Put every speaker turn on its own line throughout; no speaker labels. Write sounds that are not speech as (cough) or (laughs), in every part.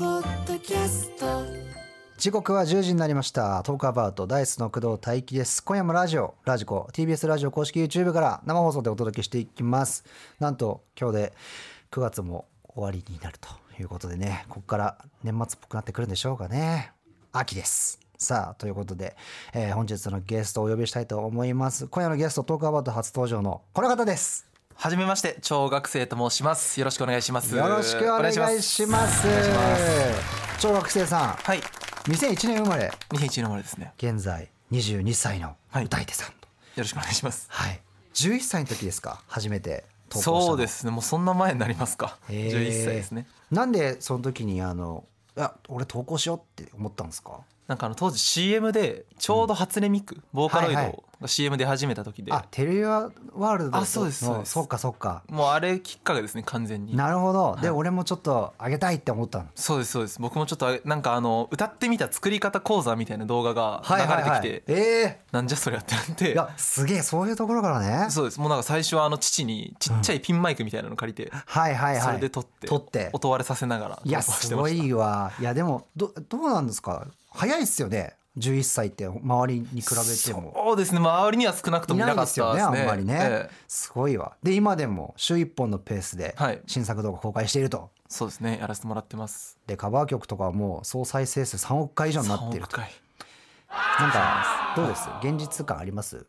キャスト
時刻は10時になりましたトークアバウトダイスの工藤大輝です今夜もラジオラジコ TBS ラジオ公式 YouTube から生放送でお届けしていきますなんと今日で9月も終わりになるということでねここから年末っぽくなってくるんでしょうかね秋ですさあということで、えー本日のゲストをお呼びしたいと思います今夜のゲストトークアバウト初登場のこの方です
はじめまして、超学生と申します。よろしくお願いします。
よろしくお願いします
お願いします
小学生さん
はい、
2001年生まれ
2001の生まれですね。
現在22歳の
はい
歌い手さんと、
よろしくお願いします。
はい11歳の時ですか初めて投稿したの
そうですね、もうそんな前になりますか。
へー
11歳ですね。
なんでその時にあのいや俺投稿しようって思ったんですか
なんかあの当時 CM でちょうど初音ミク、ボーカロイ
はいはい
ドが CM 出始めた時で、
あテレワワールドの
あそうですそうです
そっかそっか
もうあれきっかけですね、完全に。
なるほど、で
はい
俺もちょっとあげたいって思ったの
そうですそうです。僕もちょっとあれなんかあの歌ってみた作り方講座みたいな動画が流
は
れ
い
てきて、
はいはいえ
なんじゃそりゃってなっ
え
て
い。やすげえそういうところからね
そうですもうなんか最初はあの父にちっちゃいピンマイクみたいなの借りて、
はいはいはい
それで撮って
撮って
音割れさせながら
いや
投稿して
す
ま
ご
した
いわいやでもどどうなんですか早いっすよね11歳って周りに比べても
そうですね周りには少なくと
い
もい
な
ないか
で
ったですす
よね
ね
あんまりね、
ええ
すごいわで今でも週1本のペースで
はい
新作動画公開していると、
そうですねやらせてもらってます
でカバー曲とかはもう総再生数3億回以上になってい
3
る
億
と
回
なんかどうです現実感あります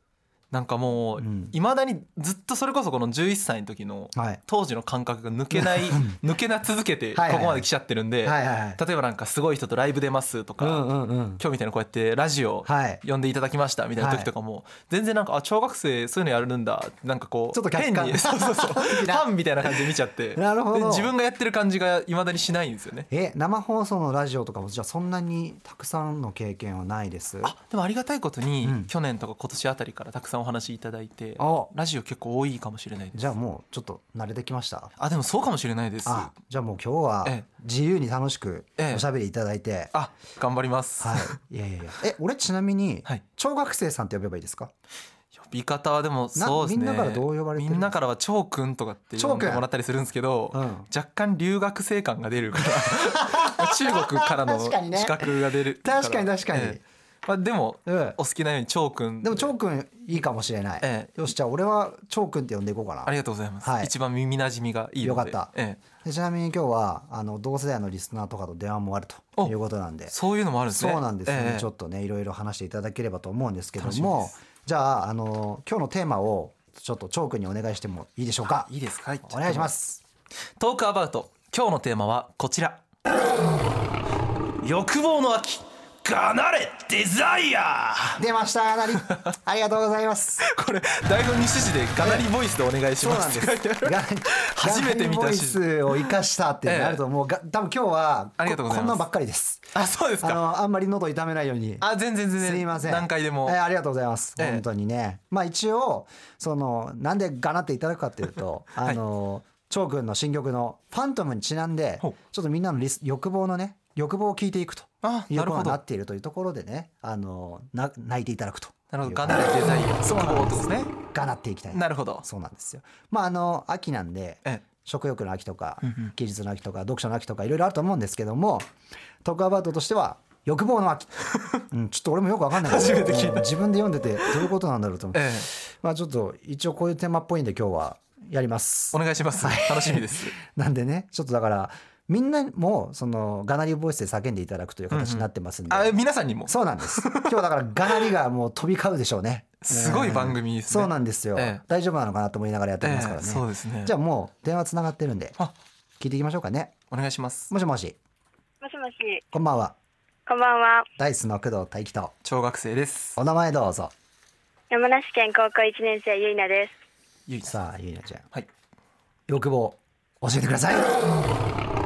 なんかもう
うん
いまだにずっとそれこそこの11歳の時の
はい
当時の感覚が抜けない抜けな続けてこ
はいはいはい
こまで来ちゃってるんで
はいはいはい
例えばなんかすごい人とライブ出ますと
う
か
んうんうん
今日みたいなこうやってラジオ
はい
呼んでいただきましたみたいな時とかも全然なんかあ小学生そういうのやるんだってなんかこう
ちょっと客
変
観 (laughs)
にそうそうそうフ
的な
ァンみたいな感じで見ちゃって
なるほど
で自分がやってる感じがいまだにしないんですよね
え生放送のラジオとかもじゃあそんなにたくさんの経験はないです
あでもありがたいことに、
うん
去年とか今年あたりからたくさんお話いただいて
あ
ラジオ結構多いかもしれないです
じゃあもうちょっと慣れてきました
あでもそうかもしれないです
あ
あ
じゃあもう今日は
ええ
自由に楽しく
ええ
おしゃべりいただいて、
頑張ります、
はいいやいやいやえ俺ちなみに
はい
小学生さんって呼べばいいですか
呼び方はでもそうですね
みんなからどう呼ばれてるんですか
みんなからは「超くん」とかって呼んでもらったりするんですけど、
うん
若干留学生感が出るから
(laughs)
中国からの
確かにね
資格が出るら
確かに確かに
まあ、でも、
うん
お好きなように「超くん」
でもチョウくんいいかもしれない、
え
よしじゃあ俺はチョウくんって呼んでいこうか
あり
な
がとうございます、
はい
一番耳なじみがいいので
よかった
ええ
でちなみに今日はあの同世代のリスナーとかと電話もあると
お
いうことなんで
そういうのもあるんですね
そうなんですよね、
ええ
ちょっとねいろいろ話していただければと思うんですけど
楽しみ
も
です
じゃああの今日のテーマをちょっとチョウくんにお願いしてもいいでしょうか
いいですか
お願いします
トークアバウト今日のテーマはこちら欲望の秋がなれデザイア
出ました
(laughs)
なりありがとうございます
これ台本に指示でガナリボイスでお願いし
そう
ま
なん
す
で
っ
す
て書いてある
が
初めて見
ガン
た
ボイ
し
スを生かしたっていうのあると思うが多分今日は
ありがとうござい
こ
ます
んなんばっかりです
(laughs) あそうです
あ
か
のあんまり喉痛めないように
あ全然全然
すいません
何回でも
えーありがとうございます、
ええ
本当にねまあ一応そのなんでがなっていただくかっていう
(laughs)
とあの張君の新曲の「ファントム」にちなんでちょ
ほ
っ
う
とみんなのリス欲望のね欲望を聞いていくと
あ
いう
なる
ことに
ほ
な
どな
っているというところでねあのな泣いていただくと
るほど
が
ガナレデザイア
そうなんです
欲望ってことですね
がなっていきたい
なるほど
そうなんですよまああの秋なんで
え
食欲の秋とか
うんうん
技術の秋とか読書の秋とかいろいろあると思うんですけどもトークアバウトとしては欲望の
(laughs)
秋、うん、ちょっと俺もよくわかんない初めて聞いた自分で読んでてどういうことなんだろうと思って、
ええ
まあちょっと一応こういうテーマっぽいんで今日はやります
お願いします楽しみ
(laughs)
です
なんでねちょっとだからみんなもそのがなりボイスで叫んでいただくという形になってますんで、
あ皆さんにも
そうなん
(laughs)
です今日だからがなりがもう飛び交うでしょうね
すごい番組ですね
そうなんですよ、
ええ
大丈夫なのかなと思いながらやって
え
ま
え
すからね、
そうですね
じゃあもう電話つながってるんで
あ
聞いていきましょうかね
お願いします
もしもし
もしもし、
こんばんは
こんばんは。
ダイスの工藤大輝と
小学生です
お名前どうぞ
山梨県高校1年生ゆいなです。
ゆいさん
さあゆいなちゃん
はい
欲望教えてください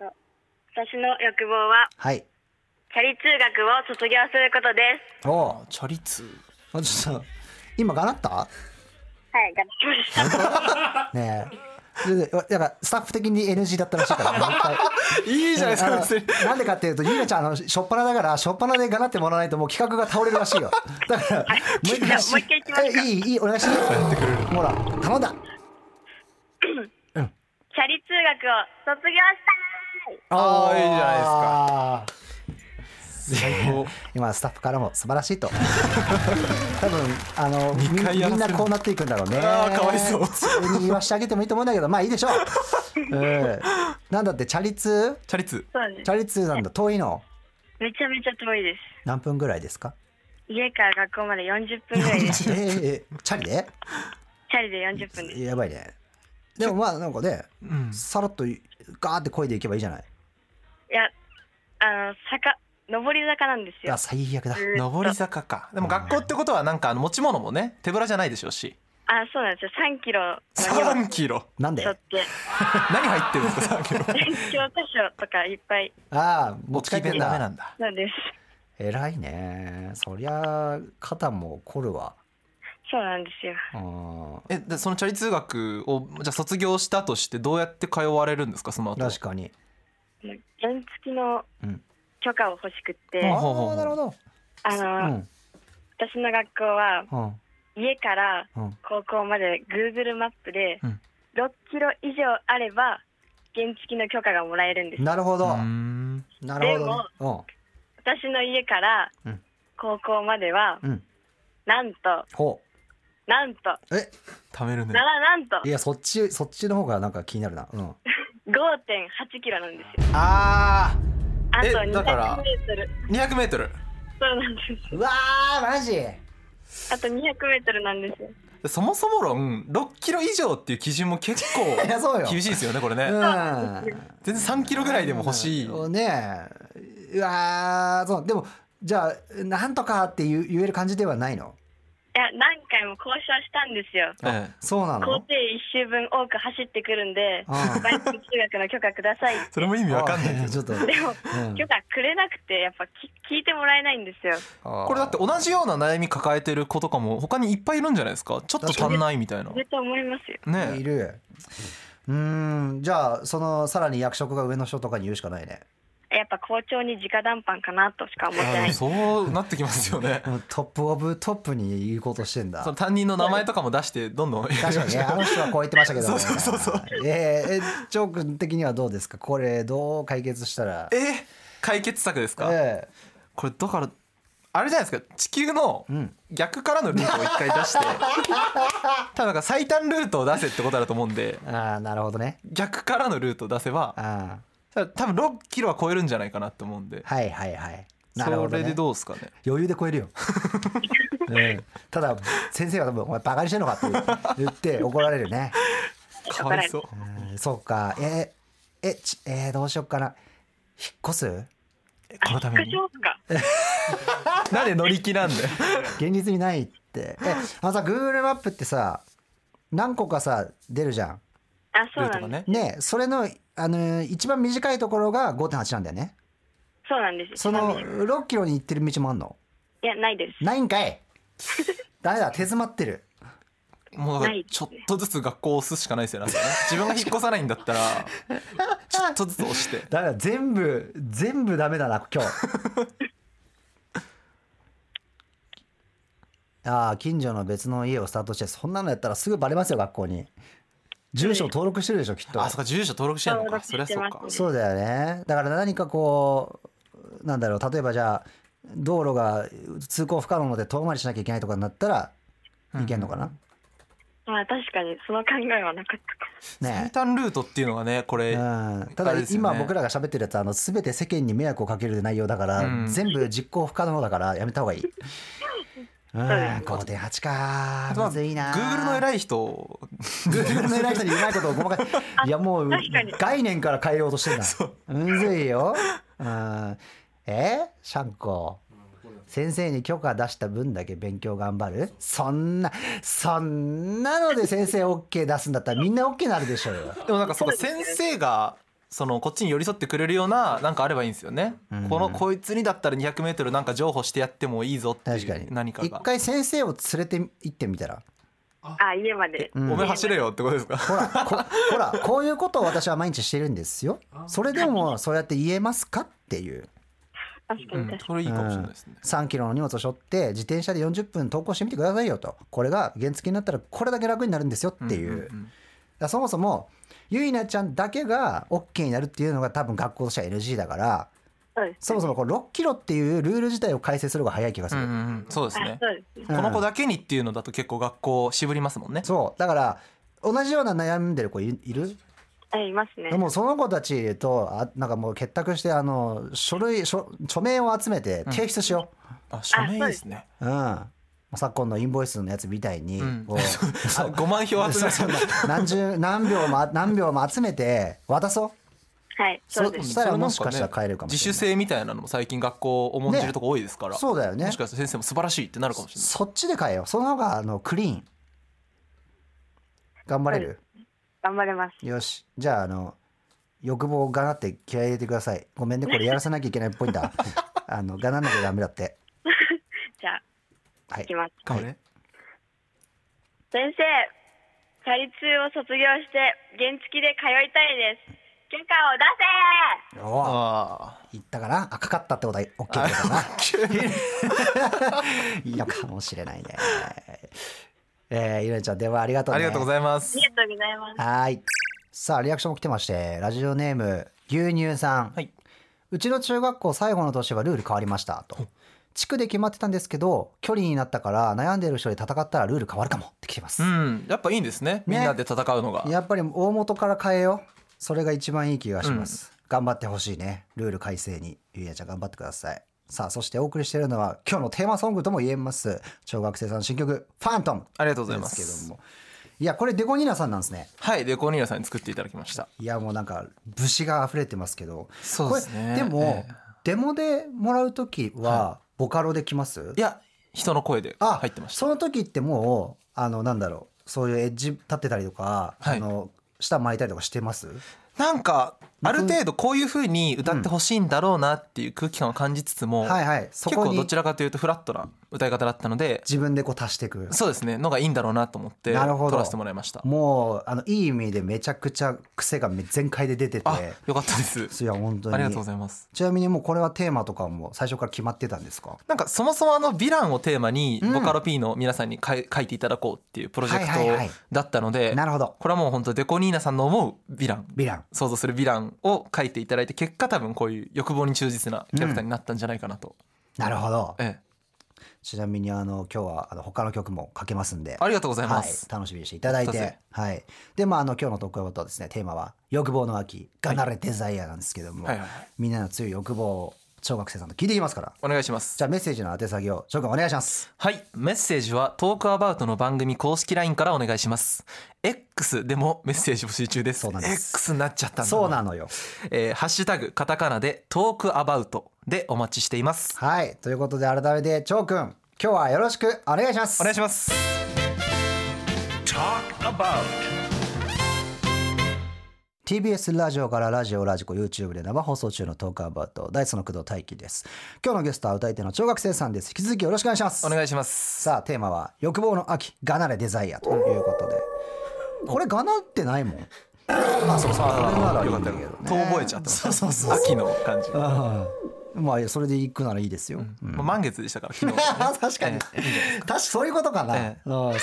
私の欲望は
はい
チャリ通学を卒業することで
おお
チャリ通
うちょっと今がなった
す。はい、頑張りました。 (laughs)
ねえででだからスタッフ的に NG だったらしい
(laughs)
からもう一回
いいじゃないですか別に
あのなんでかっていうとゆいなちゃんあのしょっぱなだからしょっぱなでがなってもらわないともう企画が倒れるらしいよだからもう一
じゃ
回
あもう一回いきますか
えいいいいお願いしていいほら頼んだ
チャリ通学を卒業した
あーいいじゃないですか
ないですか。
最高
今スタッフからも素晴らしい
(laughs)
と多分あのみ
二回やらせる
みんなこうなっていくんだろうね
あーかわいそう
普通に言わしてあげてもいいと思うんだけどまあいいでしょう、
(laughs)
うん、なんだってチャリ通
チャリツ
そうで
チ
す
ャリ通なんだ遠いの
めちゃめちゃ遠いです
何分ぐらいですか
家から学校まで40分ぐらいです
えーえーチャリで
(laughs) チャリで40分です
やばいねでもまあなんかね
うん
さらっとガーって漕いでいけばいいじゃない
いやあの坂上り坂なんです
い
よ
や最悪だ
ずーっと
上り坂かでも学校ってことはなんかあの持ち物もね手ぶらじゃないでしょうし
あそうなんですよ3キロの
3キロ
なんで
取っ
あ
て
何入ってるんですか3キロ (laughs)
教科書とかいっぱい
あー持
持
ち
ち
帰っ
帰
て
り
ん
ダメな
だ
んだ
なんです
偉いねそりゃ肩も凝るわ
そうなんですよ
うん
えでそのチャリ通学をじゃあ卒業したとしてどうやって通われるんですかその後
確かに
もう原付きの
うん
許可を欲しくって、
あ
ほうほうほ
あ
う
なるほど
あ
う
の、
ん
私の学校は
うん
家から
うん
高校まで Google マップで
うん
6キロ以上あれば原付きの許可がもらえるんです
なるほど
うーん
なるほどね
私の家から
うん
高校までは
うんうん
なんと
ほ
なんと
うえ
貯めるね
ならなんと
いやそっちそっちの方がなんか気になるなうん
5.8キロなんですよ
あ
あと
え
200
だから
メートル
200m
そうなんです
ーうわーマジ
あと200メートルなんですよ
そもそも論6キロ以上っていう基準も結構
いやそうよ
(laughs) 厳しいですよねこれね、
うん
全然3キロぐらいでも欲しい、
うんねえうわーそうでもじゃあなんとかって言う言える感じではないの
いや何回も交渉したんですよ
ええ
そうな
校
の
庭1周分多く走ってくるんで
うん
バイク通学の許可くださいって
それも意味わかんないけ
あ
ど
ちょっと、
でも
うん
許可くれなくてやっぱき聞いてもらえないんですよ
(laughs) これだって同じような悩み抱えてる子とかも他にいっぱいいるんじゃないですかちょっと足んないみたいな
絶対思いますよ
い
ね
るうーんじゃあそのさらに役職が上の人とかに言うしかないね
やっぱ校長に直談判かなとしか思
え
ってない
あ
です
そうなってきますよね
うんトップオブトップに言うことしてんだ
その担任の名前とかも出してどんどん
確かにねあの人はこう言ってましたけど、ね、
そうそうそうそう
えーえジョー君的にはどうですかこれどう解決したら
え解決策ですか、
え
これだからあれじゃないですか地球の
うん
逆からのルートを一回出
(laughs)
して多分なんか最短ルートを出せってことだと思うんで
えああなるほどね
逆からのルートを出せば
あ
多分6キロは超えるんじゃないかなって思うんで
あはいはいはいなるほど、ね、
それでどうですかね
余裕で超えるよ、
(laughs)
うんただ先生は多分「お前バカにしてんのか」って言って怒られるね、
かわいそう
うんそうかえー、えちえーどうしよっかな引っ越す
このため
副
に
長か
なんで乗り気なんで
現実にないってえあのさ Google マップってさ何個かさ出るじゃん
あそ
ル
う
ー
な
トが
んです
ね
ねそれの、あのー一番短いところが5.8なんだよね
そうなんです
そ
ちな
の
みに
6キロに行ってる道もあんの
いやないです
ないんかいダメだ手詰まってる
もうだから
ない
ちょっとずつ学校を押すしかないですよね自分が引っ越さないんだったらちょっとずつ押して
ダメだ全部全部ダメだな今日 (laughs) ああ近所の別の家をスタートしてそんなのやったらすぐバレますよ学校に住所登録してるでしょきっと
あそっか住所登録してんの
登
か
録
そりゃそう
して
か
ます
そうだよねだから何かこうなんだろう例えばじゃあ道路が通行不可能で遠回りしなきゃいけないとかになったらいけんのかな、
まあ確かにその考えはなかったか
ね
最短ルートっていうのがねこ
え
れ
うん、ただ
あれですよね
今僕らが喋ってるやつあの全て世間に迷惑をかける内容だから、
うん
全部実行不可能だからやめた方がいい。うん、5.8か
ま
ま
あ
ずいな
Google の偉い人
Google の偉い人にうまいことをごまか
(laughs)
いやもう
確かに
概念から変えようとしてんだ
そう
むずいよ、うん、えシャンコ先生に許可出した分だけ勉強頑張るそんなそんなので先生 OK 出すんだったらみんな OK になるでしょうよ
でもなんかその先生がそのこっちに寄り添ってくれるようななんかあればいいんですよね、
うん
このこいつにだったら 200m なんか譲歩してやってもいいぞって
確
い
かに
う何か
一
が
回先生を連れて行ってみたら
あ家まで
うん
お前走れよってことですか
ほらこ (laughs) ほらこういうことを私は毎日してるんですよそれでもそうやって言えますかっていう
確か
う
に確か
ん
に
それいいかもしれないですね、
3キロの荷物を背負って自転車で40分投稿してみてくださいよとこれが原付になったらこれだけ楽になるんですよっていう、
んんん
らそもそもゆいなちゃんだけが OK になるっていうのが多分学校としては NG だから
そうですね
そもそもこの6キロっていうルール自体を改正する方が早い気がす
うん
る、
うんうんそうですね
あ。そうですね
うん
この子だけにっていうのだと結構学校渋りますもんね。
そうだから同じような悩んでる子いるいる
はいいますね
もうその子たちとあなんかもう結託してあの書類書署名を集めて提出しよ
あ署名いいですね。
う、うん昨今のインボイスのやつみたいに、
うん
こう
あ5万票集
(laughs)
め
そ
た
んな何十何秒も何秒も集めて渡そう
はいそうです
そしたらもしかしたら帰れるかもしれない
自主性みたいなのも最近学校重んじるとこ多いですから、
そうだよね
もしかしたら先生も素晴らしいってなるかもしれない
そっちで変えようその方があのクリーン頑張れる、
頑張れます
よしじゃああの欲望をがなって気合い入れてくださいごめんねこれやらさなきゃいけないっぽいん
(laughs)
だあのがなんなきゃダメだって
じゃあ
はい
行きます
頑張れ
先生チャリ通を卒業して原付で通いたいです許可を出せ
おお
あ
言ったかなあかかったってことは OK ってこと
(laughs)
だないいのかもしれないね。えー、ゆねちゃん、電話ありがとう、
あ
ね。
りがとうご
い
ざいます
ありがとうございます
はーい。さあ、リアクションも来てまして、ラジオネーム、牛乳さん。
はい、
うちの中学校最後の年はルール変わりました。と。地区で決まってたんですけど、距離になったから悩んでる人で戦ったらルール変わるかもって来てます。
うん、やっぱいいんですねみんなで戦うのが、
やっぱり大元から変えよう。それが一番いい気がします。頑張ってほしいね。ルール改正に。ゆいなちゃん頑張ってください。さあ、そしてお送りしているのは今日のテーマソングとも言えます。小学生さんの新曲、ファントム。
ありがとうございま
ですけども。いや、これデコニーナさんなんですね。
はいでコーニーラさんに作っていただきました
いや、もうなんか、武士が溢れてますけど。
そうですね
これでも、
え
デモでもらうときは、ボカロできます
いや人の声で
あ
入ってました
その時ってもう、あの、なんだろう。そういうエッジ立ってたりとか、
はい
あの、舌巻いたりとかしてます
なんかある程度こういう風に歌ってほしいんだろうなっていう空気感を感じつつも、
はいはい。そ
結
こ
構
に
どちらかというとフラットな歌い方だったので
自分でこう足していく。
そうですねのがいいんだろうなと思って
なるほど
撮らせてもらいました
もう、あの、いい意味でめちゃくちゃ癖がめ全開で出てて。
あよかったです
いや、本当に。
ありがとうございます
ちなみにもうこれはテーマとかも最初から決まってたんですか
なんかそもそもあのヴィランをテーマに
うん
ボカロ P の皆さんにかい書いていただこうっていうプロジェ
はいはいは
ク
い
トだったので
なるほど。
これはもう本当デコニーナさんの思うヴィラン
ヴィラン。
想像するヴィランを書いていただいて結果多分こういう欲望に忠実なキャラクターになったんじゃないかなと、
なるほど。
ええ、
ちなみにあの今日はあの他の曲もかけますんで、
ありがとうございま
はい
す、、
楽しみにしていただい
そうです
て
ね、
はい。でまああの今日の特報とですねテーマは欲望の秋、がなれデザイアなんですけども、
はいはいはい
みんなの強い欲望を小学生さんと聞いていきますから。
お願いします
じゃあメッセージの宛先を翔くんお願いします。
はいメッセージはトークアバウトの番組公式 LINE からお願いします X でもメッセージ募集中です
そうなんです
X になっちゃったんだ
そうなのよ。
えーハッシュタグカタカナでトークアバウトでお待ちしています
はい。ということで改めて翔くん、今日はよろしくお願いします。
お願いします。
TBS ラジオからラジオラジコ YouTube で生放送中のトークアバウト大地の工藤大輝です今日のゲストは歌い手の小学生さんです引き続きよろしくお願いします
お願いします。
さあテーマは欲望の秋がなれデザイアということでこれがなってないもんまあそうそうこれならいい
よか
ん
っ
だ
た
けどね
遠吠えちゃった。
そうそうそう
秋の感じ。ま
うんまあそれで行くならいいですよ、うん
あ満月でしたから昨
(laughs)
日。
確かに確かにそういうことかな、
ええ
うんそういう (laughs) こ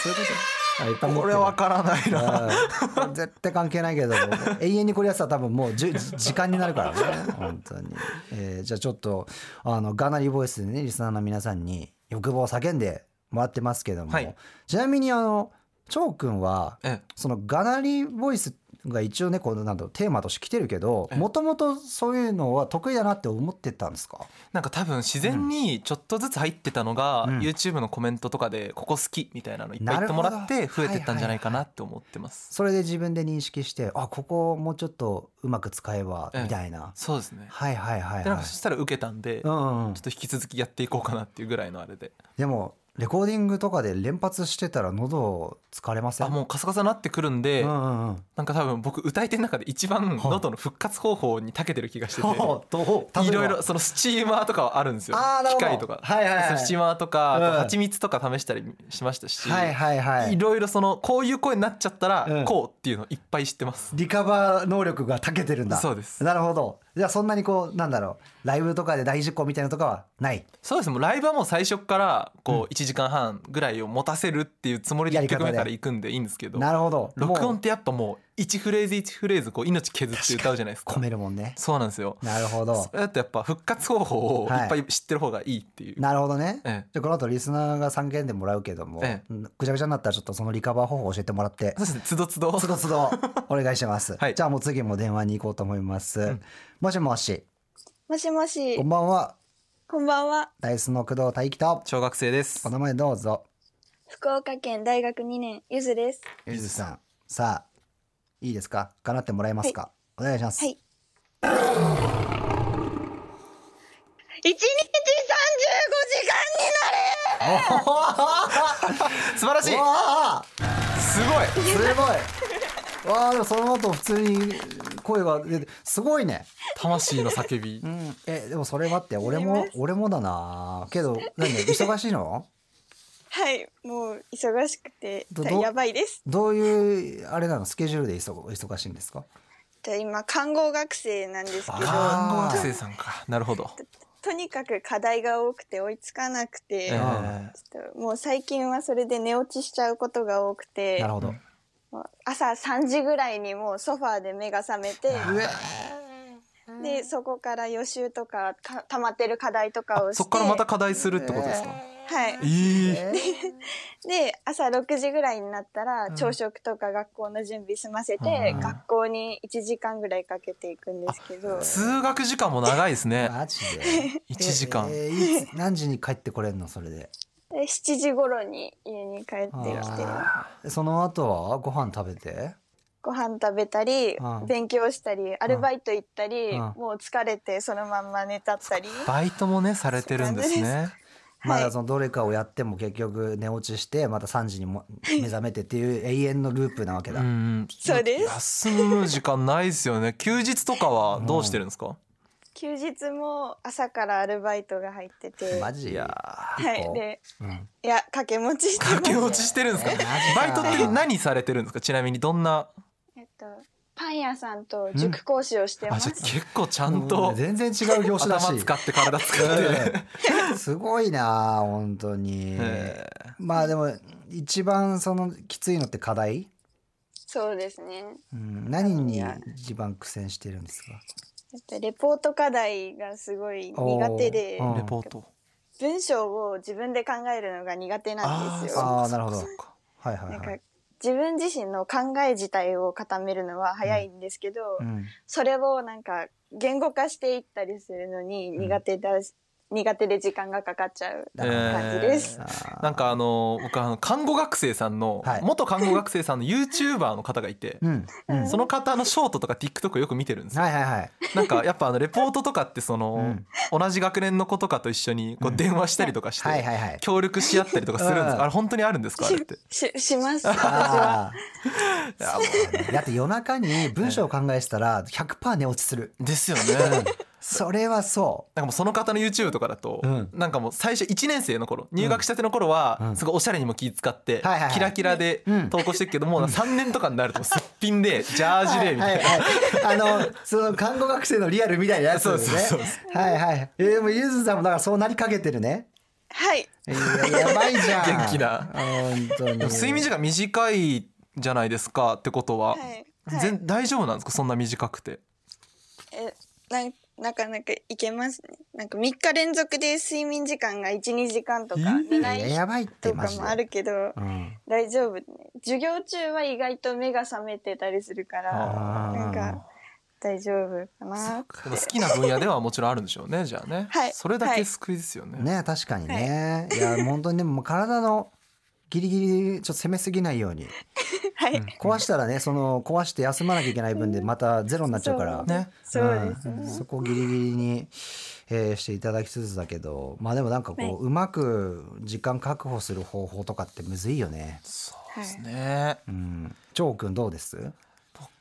とあいっぱい持ってる
これわからないな。
うんこれ絶対関係ないけども永遠にこれやってたら多分もうじゅ時間になるからね本当に、えーじゃあちょっとあのガナリボイスでねリスナーの皆さんに欲望を叫んでもらってますけども、
はい
ちなみにあの張君は
(laughs) え
そのガナリボイスが一応ねこのなんだろうテーマとして来てるけど
ええ
もともとそういうのは得意だなって思ってたんですか
なんか多分自然にちょっとずつ入ってたのが、
うん
YouTube のコメントとかでここ好きみたいなのいっぱい言ってもらっ
なる
て
ほ
増
ど
えてったんじゃないかなって思ってます。
それで自分で認識してあここをもうちょっとうまく使えば
ええ
みたいな、
そうですね。
はいはいはい
でなん
は
か
い
そしたら受けたんで、ちょっ
んうん
と引き続きやっていこうかなっていうぐらいのあれで。
でもレコーディングとかで連発してたら喉疲れません
あもうカサカサなってくるんで、
うんうん
(laughs)
うん
なんか多分僕歌い手の中で一番喉の復活方法に長けてる気がしてて。
どう
いろいろそのスチーマーとかはあるんですよ
あーなるほ
機
ど
械とか、
はいはいはい
そのスチーマーとか、あと
うん
蜂蜜とか試したりしましたし、
はいはいはいい
ろいろそのこういう声になっちゃっ
うん
たらこうっていうのいっぱい知ってます、
リカバー能力が長けてるんだ
そうです
なるほどじゃあそんなにこうなんだろうライブとかで大事故みたいなのとかはない
そうですねもうライブはもう最初からこう1時間半ぐらいを持たせるっていうつもりで
やり
1
方で
曲目から行くんでいいんですけど
なるほど
録音っ
も
てやっぱもう1フレーズ1フレーズこう命削って歌うじゃないです
う込
か
めるもんね
そうなんですよ
なるほど
それだとやっぱ復活方法をい
はい
っぱい知ってる方がいいっていう、
なるほどね
ええ
じゃあこの後リスナーが3件でもらうけども、
え
ぐちゃぐちゃになったらちょっとそのリカバー方法教えてもらって
そうですねつどつど
つどつどお願いします、
はい
じゃあもう次も電話に行こうと思います、
ん
もしもし
もしもし
こんばんは
こんばんは。
ダイスの工藤大輝と
小学生です
お名前どうぞ
福岡県大学2年、ゆずです。
ゆずさんさあいいですかかなってもらえますか、お願いします、
はい一日35時間
素晴らしい
わあ
すごい
すごい
(laughs)
わあでもその後普通に声が出てすごいね
魂の叫び
うんえでもそれ待って俺も俺もだなけ
(laughs)
ど何忙しいの
になれはい、もう忙しくて、
ど
た
ど
やばいです。
どういうあれなのスケジュールで忙忙しいんですか
と今、看護学生なんですけど、
あ
看護学生さんかなるほど、
とにかく課題が多くて追いつかなくて、
えー
ちょっともう最近はそれで寝落ちしちゃうことが多くて
なるほど、
もう朝3時ぐらいにもうソファーで目が覚めて
うえ
でそこから予習とかか溜まってる課題とかを
あ
し
そ
て
こからまた課題するってことですか、
はい
え、ー
え
で朝6時ぐらいになったら朝食とか学校の準備済ませて、
うん
学校に1時間ぐらいかけていくんですけど
通学時間も長いですね
ーマジで
(laughs) 一時間
えーいつ何時に帰ってこれるのそ
(laughs)
れで
で7時頃に家に帰ってきて
あーその後はご飯食べて
ご飯食べたり
うん
勉強したりアルバイト行ったり
うん
もう疲れてそのまんま寝ちゃったり。
バイトもねされてるんです
そうな
ね
ま
は
だ
い
そのどれかをやっても結局寝落ちしてまた3時にも目覚めてっていう永遠のループなわけ
う
だ、
ん
そうです
休む時間ないですよね休日とかはどうしてるんですか、
休日も朝からアルバイトが入ってて、
マ
は
ジ
いや
い、で、
うん
いや、掛け持ちしてます
駆。け落ちしてるんですか
マジか
バイトって何されてるんですかちなみにどんな
えっと、パン屋さんと塾講師をして
あ
ま
じ
す
ゃあ。結構ちゃん
も
と
う全然違う業種だし
頭使って体使って、
うんすごいな本当に、
え
まあでも一番そのきついのって課題、
そうですね。
うん、何に一番苦戦してるんですか
えっと、レポート課題がすごい苦手で
お、
ー
うん
レポート
文章を自分で考えるのが苦手なんです
あ
よ。
ーなるほど
そっか
はいは
ないん
は
か
い、、
自分自身の考え自体を固めるのは早いんですけど、
うん、
それをなんか言語化していったりするのに苦手だし、苦手で時間がかかっちゃう
だから
感じです。
あー
なんかあの僕あの看護学生さんの、
はい
元看護学生さんの YouTuber の方がいて、
うん、うん、はい
その方のショートとか TikTok をよく見てるんですよ
はいはい
なんかやっぱあのレポートとかってその、同じ学年の子とかと一緒にこう電話したりとかして、
はいはいはい
協力し合ったりとかするんです、
うん
あれ本当にあるんですかあれって。
しします。私は。
あーそうだって夜中に文章を考えてたら100%寝落ちする
ですよね。
それはそ
なんかもうその方の YouTube とかだと、
うん
なんかもう最初1年生の頃入学したての頃
う
は
ん
すごいおしゃれにも気使っ
は
て
いはいはい
キラキラで
うん
投稿してるけどもう3年とかになるとすっぴんでジャ
う
ージでみたいな
はいはいはいあのその看護学生のリアルみたいなやつ
そう
です
そう
ね
そう
はいはいえーでもゆずさんもだからそうなりかけてるね
はい。
いややばいじゃん
元気な
本当に
でも睡眠時間短いじゃないですかってことは、
はいはい
全大丈夫なんですかそんな短くて
え、なん、なかなかいけますね。なんか3日連続で睡眠時間が1、2時間と
え
か
ー
寝
い
な
や
い
やばいって
と
マ
か
ジ
もあ
で
るけど、
うん
大丈夫、ね。授業中は意外と目が覚めてたりするから、
あー
なんか大丈夫かな。
でも好きな分野ではもちろんあるんでしょうねじゃあね、
はい
それだけ救いですよね,、
ね確かにね、い、や本当にでももう体のギリギリちょっと攻めすぎないように
はい。
壊したらねその壊して休まなきゃいけない分でまたゼロになっちゃうから
そう
ね
そうです
うん
ね。
そこギリギリに、えーしていただきつつだけどまあでもなんかこう、
はいう
まく時間確保する方法とかってむずいよね。
そうですね
うん、張君どうです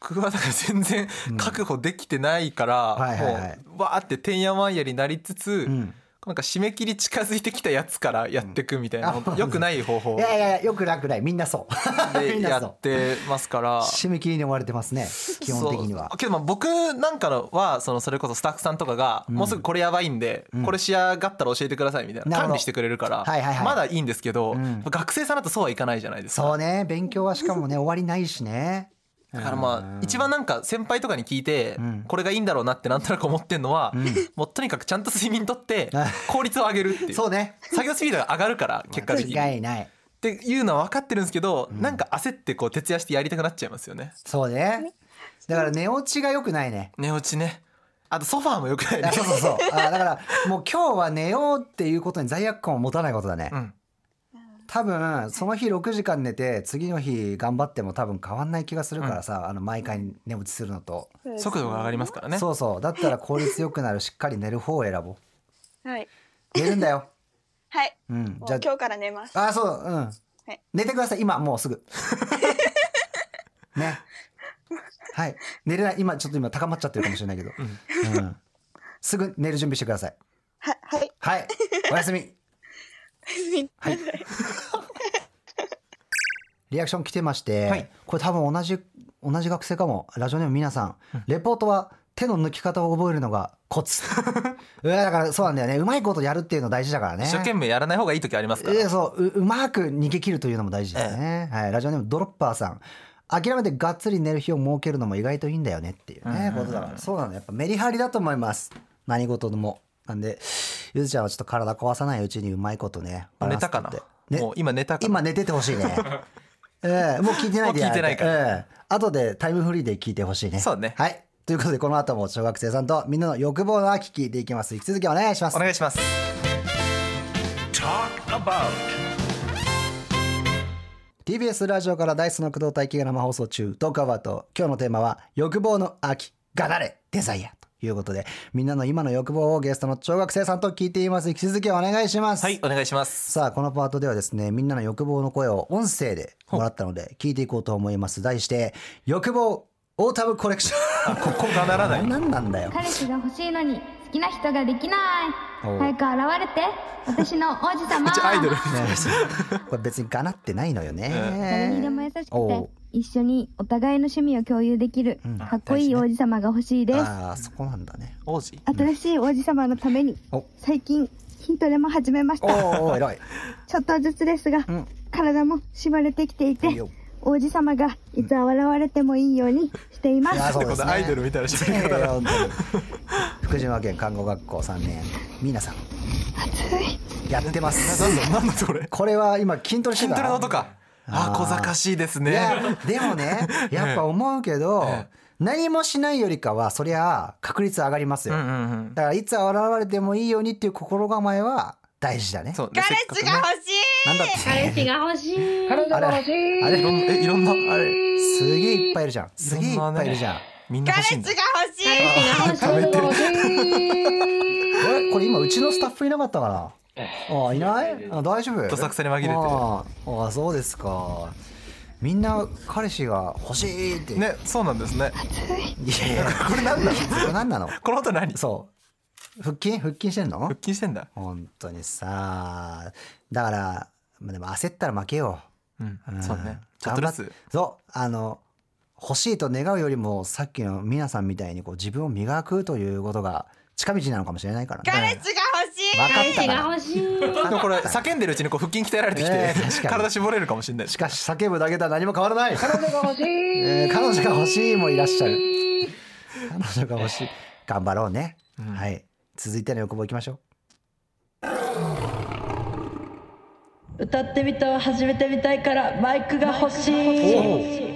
僕はだから全然確保できてないから、
はいはいはい
もうわーっててんやわんやになりつつ、
うん
なんか締め切り近づいてきたやつからやっていくみたい
う
な、
んあ
本当良くない方法
いやいやいやよくなくないみんなそうみ
で
んな
や
そう
ってま
(laughs)
すから
締め切りに追われてますね基本的には
そうけどまあ僕なんかのはそのそれこそスタッフさんとかが、もうすぐこれやばいんで、
ん
これ仕上がったら教えてくださいみたい
な
な
るほど
管理してくれるから、
はいはいはい
まだいいんですけど、
ん
学生さんだとそうはいかないじゃないですか
そうね勉強はしかもね終わりないしね
だからまあ一番なんか先輩とかに聞いて
ん
これがいいんだろうなってなんとなく思ってんのはもうとにかくちゃんと睡眠
(laughs)
とって
あ
効率を上げるっていう
そう
(laughs)
ね
作業スピードが上がるから結果的に
間
っ
違いない
ていうのは分かってるんですけどなんか焦ってこう徹夜してやりたくなっちゃいますよね
そうねだから寝落ちが良くないね
寝落ちねあとソファーもよくないね
(laughs) あそうそうそうあだからもう今日は寝ようっていうことに罪悪感を持たないことだね、
うん
多分その日6時間寝て次の日頑張っても多分変わんない気がするからさ、あの毎回寝落ちするのと、
速度が上がりますからね
そうそうだったら効率よくなるしっかり寝る方を選ぼう
はい。
寝るんだ
(laughs)
よ、
はい。
うん、
もう
じゃ
今日から寝ます。
ああそううん、寝てください今もう
(laughs)
すぐねはい寝れない今ちょっと今高まっちゃってるかもしれないけど、うんすぐ寝る準備してください
は、はい。
はいおやすみ (laughs) はい。リアクション来てまして、
はい
これ多分同じ同じ学生かもラジオネーム皆さん、レポートは手の抜き方を覚えるのがコツ (laughs) うわだからそうなんだよねうまいことやるっていうの大事だからね
一生懸命やらない方がいい時ありますか
ええ
ら
そうううまく逃げ切るというのも大事ですね、はい、ラジオネームドロッパーさん諦めてがっつり寝る日を設けるのも意外といいんだよねっていうねことだからそうなのやっぱメリハリだと思います何事でもなんでゆずちゃんはちょっと体壊さないうちにうまいことねバラ
寝
ンス
たか
取っ
な
てね
もう今寝たかな
今寝ててほしい
(laughs)
ねええもう聞いてないでやら
もう聞いてない
ええ後でタイムフリーで聞いてほしいね
そうね
はいということでこの後も小学生さんとみんなの欲望の秋聞いていきます引き続きお願いします
お願いします
Talk about.
TBS ラジオからダイスの工藤大輝が生放送中トークアバート今日のテーマは欲望の秋がなれデザイアということでみんなの今の欲望をゲストの小学生さんと聞いています引き続きお願いします
はいお願いします
さあこのパートではですねみんなの欲望の声を音声でもらったので聞いていこうと思います題して欲望オータムコレクション
ここがならない
何なんなんだよ
彼氏が欲しいのに好きな人ができない
おう
早く現れて私の王子
(laughs)
様
アイドルみたいな
これ別にがなってないのよ
誰にで
ね
も優しくて
おう
一緒にお互いの趣味を共有できる、かっこいい王子様が欲しいです、
ああそこなんだね
王子
新しい王子様のために
お
最近筋トレも始めまし
お
た
ーおー偉い
ちょっとずつですが、
ん
体も絞れてきていて
いいよ
王子様がいつ現れてもいいようにしていま
いや
す
そうですね
このアイドルみたいな喋り方
いや
が
いや本当に福島県看護学校3年みなさんやってます
なんだなんだそれ
これは今筋トレして
筋
た
トレの音かあー小賢しいですね
いやでもねやっぱ思うけど、何もしないよりかはそりゃ確率上がりますよ、
うんうんうん
だからいつ現れてもいいようにっていう心構えは大事だね
そうね
彼氏が欲しい
なんだって彼氏が欲しい彼女が欲しいあ
せっかくねいろん
れ
えいろんなあれ
すげえいっぱいいるじゃんすげえいっ
いろんなね
ぱいいるじゃん
みんな
彼
欲しい
氏
んだ
が欲しい
あれこれ今うちのスタッフいなかったかなあいないあ大丈夫
どさくさに紛れてる
ああそうですかみんな彼氏が欲しいって
ねそうなんですね
いやいやこれ何なのこれ何なの
この音何腹
そう腹筋腹筋してんの
筋してんだ
本当にさだからまあでも焦ったら負けよ
うん
うん
そうねちょっ
頑
と
張
ず
っ
つ
そうあの欲しいと願うよりもさっきの皆さんみたいにこう自分を磨くということが近道なのかもしれないから
彼
ね
氏が欲しい
分かったから
でもこれ叫んでるうちにこう腹筋鍛えられてき
ええ確か
て
に
体絞れるかもしれない
しかし叫ぶだけでは何も変わらない彼女が欲しい、えー彼女が欲しいもいらっしゃ (laughs) る彼女が欲しい頑張ろうね、はい続いての欲望いきましょう
歌ってみたを始めてみたいからマイクが欲しい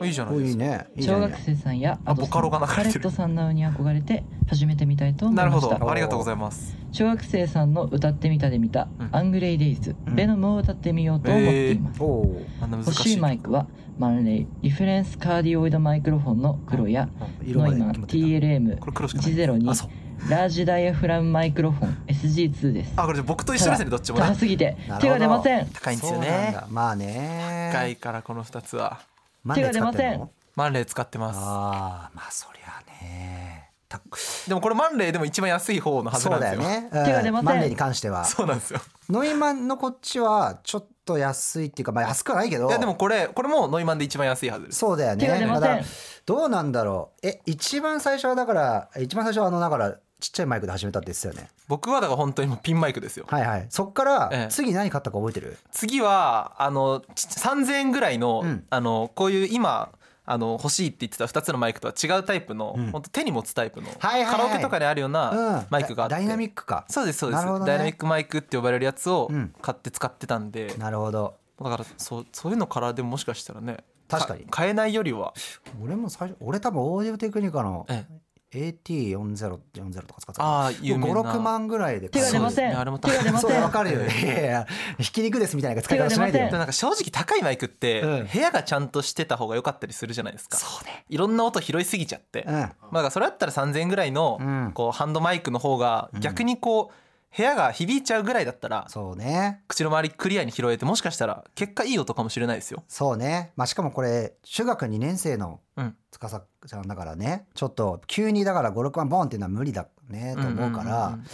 いいじゃない
お
で
い
す
い
か
ねいいじゃ
小
んいい
学
じ
生さんやアド
ボカロが
さ
流
ん
れて
カ
る
レットさんなどに憧れて始めてみたいと思
ないるほ
ました
どありがとうございます
小学生さんの歌ってみたで見た、アングレイデイズ、ベノムを歌ってみようと思っています、
ゃんおう
あんな難
欲し
し
い
い
マイクはマンレイリフレンスカーディオイドマイクロフォンの黒や
色
ノ
ま
イ
で
マン
決まってた
TLM102
これ黒しかない
あそう
ラージダイヤフラムマイクロフォン SG2 です
あこれ僕と一緒ですねどっちもね
高すぎて
なるほど
手が出ません
高いんですよ
そうなん
ね
だまあね
高いからこの二つは
マンデー使ってんの
手が出ません
マンレー使ってます
ああまあそりゃね (laughs) た
でもこれマンレーでも一番安い方のはず
そ
な
うん
で
だ
す
よ
よ
ね、
手が出
う
ま
ん、
せん
マンレーに関しては
(laughs) そうなんですよ
ノイマンのこっちはちょっと安いっていうかまあ安くはないけど
いやでもこれこれもノイマンで一番安いはずです
そうだよね
手が出ません
だどうなんだろうえ一番最初はだから一番最初はあのだからちっちゃいマイクで始めたって言ってたよね
僕はだから本当にもうピンマイクですよ
はいはいそっか
え
ら
え
次何買ったか覚えてる、
次はあのち3000円ぐらいの,、
うん
あのこういう今あの欲しいって言ってた2つのマイクとは違うタイプの、
うん
本当手に持つタイプの、
はいはいはい
カラオケとかにあるようなマイクがあって、
ダイナミックか
そうですそうで
な
す、
るほどね
ダイナミックマイクって呼ばれるやつを
うん
買って使ってたんで、だ
なるほど
からそうそういうのからでももしかしたらね
確かに
買えないよりは、
俺も最初俺多分オーディオテクニカの
ええ
AT4040 とか使ってた
ああ有名な
56万ぐらいで
手が出ませ
そうで
ん
すねあれも
手が出ま
そ
せ
うんわかるよねいやいやひき肉ですみたいな使い方しないで
手が
よ
出ま
でもなんか正直高いマイクって
うん
部屋がちゃんとしてた方が良かったりするじゃないですか、
そうね
いろんな音拾いすぎちゃって、
うん
まあ、だからそれだったら3,000円ぐらいの
うん
こうハンドマイクの方が逆にこう部屋が響いちゃうぐらいだったら
そうね
口の周りクリアに拾えてもしかしたら結果いい音かもしれないですよ。
そうねまあしかもこれ中学2年生の
うん、
司ちゃんだからねちょっと急にだから56万ボンっていうのは無理だねと思うから、
んんん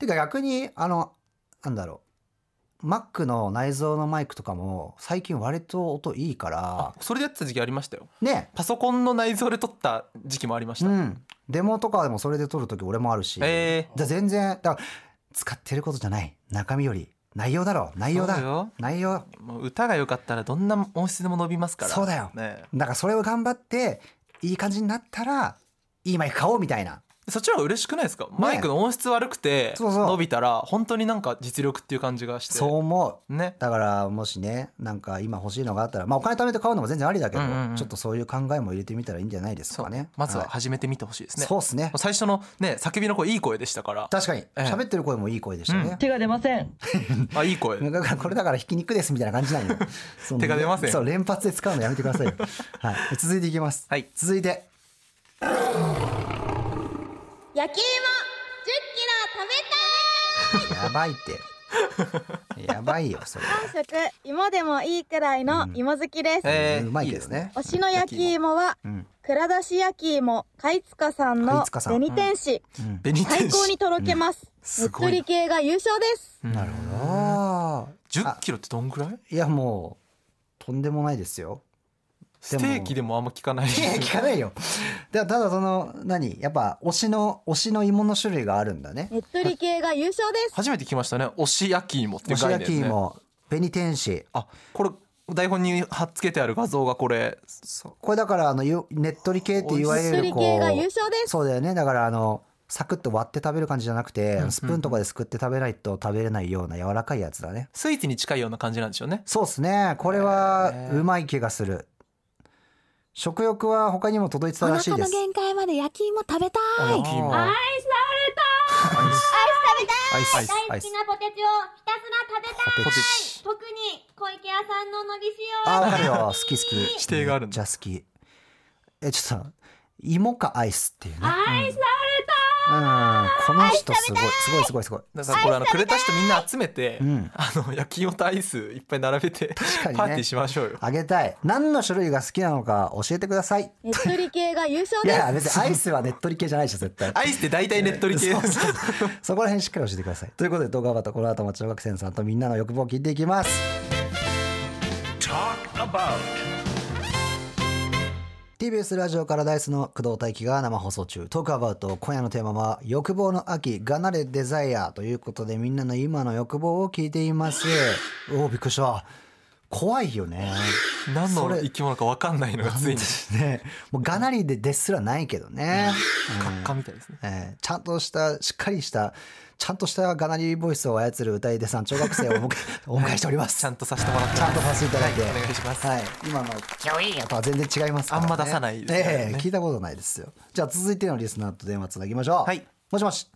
てか逆にあのなんだろう Mac の内蔵のマイクとかも最近割と音いいから
あそれでやってた時期ありましたよ
ね
パソコンの内蔵で撮った時期もありまし
う
た、
んデモとかでもそれで撮る時俺もあるし、
え
じゃあ全然だから使ってることじゃない中身より内容だろう内容
そう
だ
よ
内容
ー、もう歌が良かったらどんな音質でも伸びますから
そうだよ
ねえ、
だからそれを頑張っていい感じになったらいいマイク買おうみたいな
そっちの方が嬉しくないですか、マイクの音質悪くて
そうそう
伸びたら本当になんか実力っていう感じがして
そう思う
ね
だからもしねなんか今欲しいのがあったらまあお金貯めて買うのも全然ありだけど、
うんうんうん
ちょっとそういう考えも入れてみたらいいんじゃないです
そ
か
う
ね
ねまずはい始めてみてほしいですね、
そうですね
もう最初のね叫びの声いい声でしたから
確かに
え
喋ってる声もいい声でしたね、
手が出ません
あいい声
だからこれだからひき肉ですみたいな感じ
(laughs)
なんよその
手が出ません
そう連発で使うのやめてくださいよ、はい、続いていきます、
はい
続いて
焼き芋10キロ
やばいってやばいよそれ
食べたい食芋でもいいくらいの芋好きです、
えー
うまいけどね
いいで
推しの焼き芋は
うん
蔵出し焼き芋貝塚さん
貝
の
塚さん
紅天使、
うん
紅
最
天
高に
使
とろけます、
す
うっ
ご
と
いな
り系が優勝です
なる
あ
十10キロってどんぐらい
ーいやもうとんでもないですよ
ステーキでもあんま聞かない
いや聞かないよでただその何やっぱ推しの推しの芋の種類があるんだね
ねっとり系が優勝です
初めて聞きましたね推し焼き芋って
推
いう
し
概念
焼き
ですね
芋紅天使
あこれ台本に貼っつけてある画像がこれ
これだからあのゆねっとり系っていわ
ねっ
ゆ
と
る
り
こ
系が優
う
勝です
そうだよねだからあのサクッと割って食べる感じじゃなくて
うん
スプーンとかですくって食べないと食べれないような柔らかいやつだね
スイーツに近いような感じなんでしょうね
そうっすねこれは
へー
うまい気がする食欲は他にも届いてたらしいです
界まで焼き芋食べた
あ焼き芋
あーアイスアイスア
大
イ
好
ス
きなポテチをひたすら食べたい
ポ
ポ
テ
テ
チ
チ
特に小池屋さんののぎ塩
あーわかるよ好き好き
指定があるんだ
めっちゃ好きえちょっとさ芋かアイスっていうね
愛さ
うんこの人すごいすごいすごいすごい
だからこれあのくれた人みんな集めて、
うん
あの焼き芋とアイスいっぱい並べて、
かにね
パーティーしましょうよ
あげたい何の種類が好きなのか教えてください
ねっとり系が優勝
い
です
や別にアイスはねっとり系じゃないでしょ絶対
アイスって大体ねっとり系です
そこら辺しっかり教えてくださいということで動画はこの後も中学生さんとみんなの欲望を聞いていきます
Talk about.
TBS ラジオからダイスの工藤大輝が生放送中トークアバウト今夜のテーマは欲望の秋がなれデザイアということでみんなの今の欲望を聞いてい
(laughs)
ますおおびっくりした怖いよね (laughs)
何
そ
の
れ
生き物か分かんないのがついに
ねもうがなりでですらないけどね、
閣下みたいですね
えーちゃんとしたしっかりしたちゃんとしたがなりボイスを操る歌い手さん小学生をお迎
(laughs)
えお迎えしております
ちゃんとさせてもらって
ちゃんとさせていただいて、
はいお願いします
はい、今の「キョイーとは全然違いますから、ね、
あんま出さないですからね
ええ聞いたことないですよじゃあ続いてのリスナーと電話つなぎましょう
はい
もしもし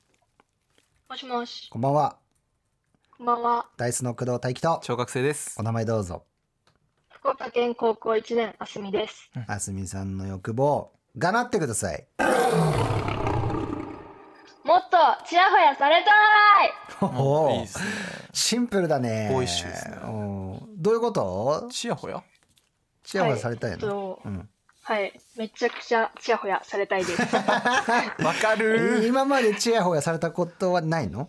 もしもし、
こんばんは
こんばんは。
ダイスの工藤大輝と
小学生です
お名前どうぞ
福岡県高校1年、あすみです。
あすみさんの欲望がなってください
もっとちやほやされた
おー
いいですね
シンプルだね
ボーイッシュですね
うんどういうこと
ちやほや
チヤホヤされたい
いえっ
の、
と
うん、
ーいはい。めちゃくちゃちやほやされた
(laughs)
いです。
わか
え今までチヤホヤされたことはないの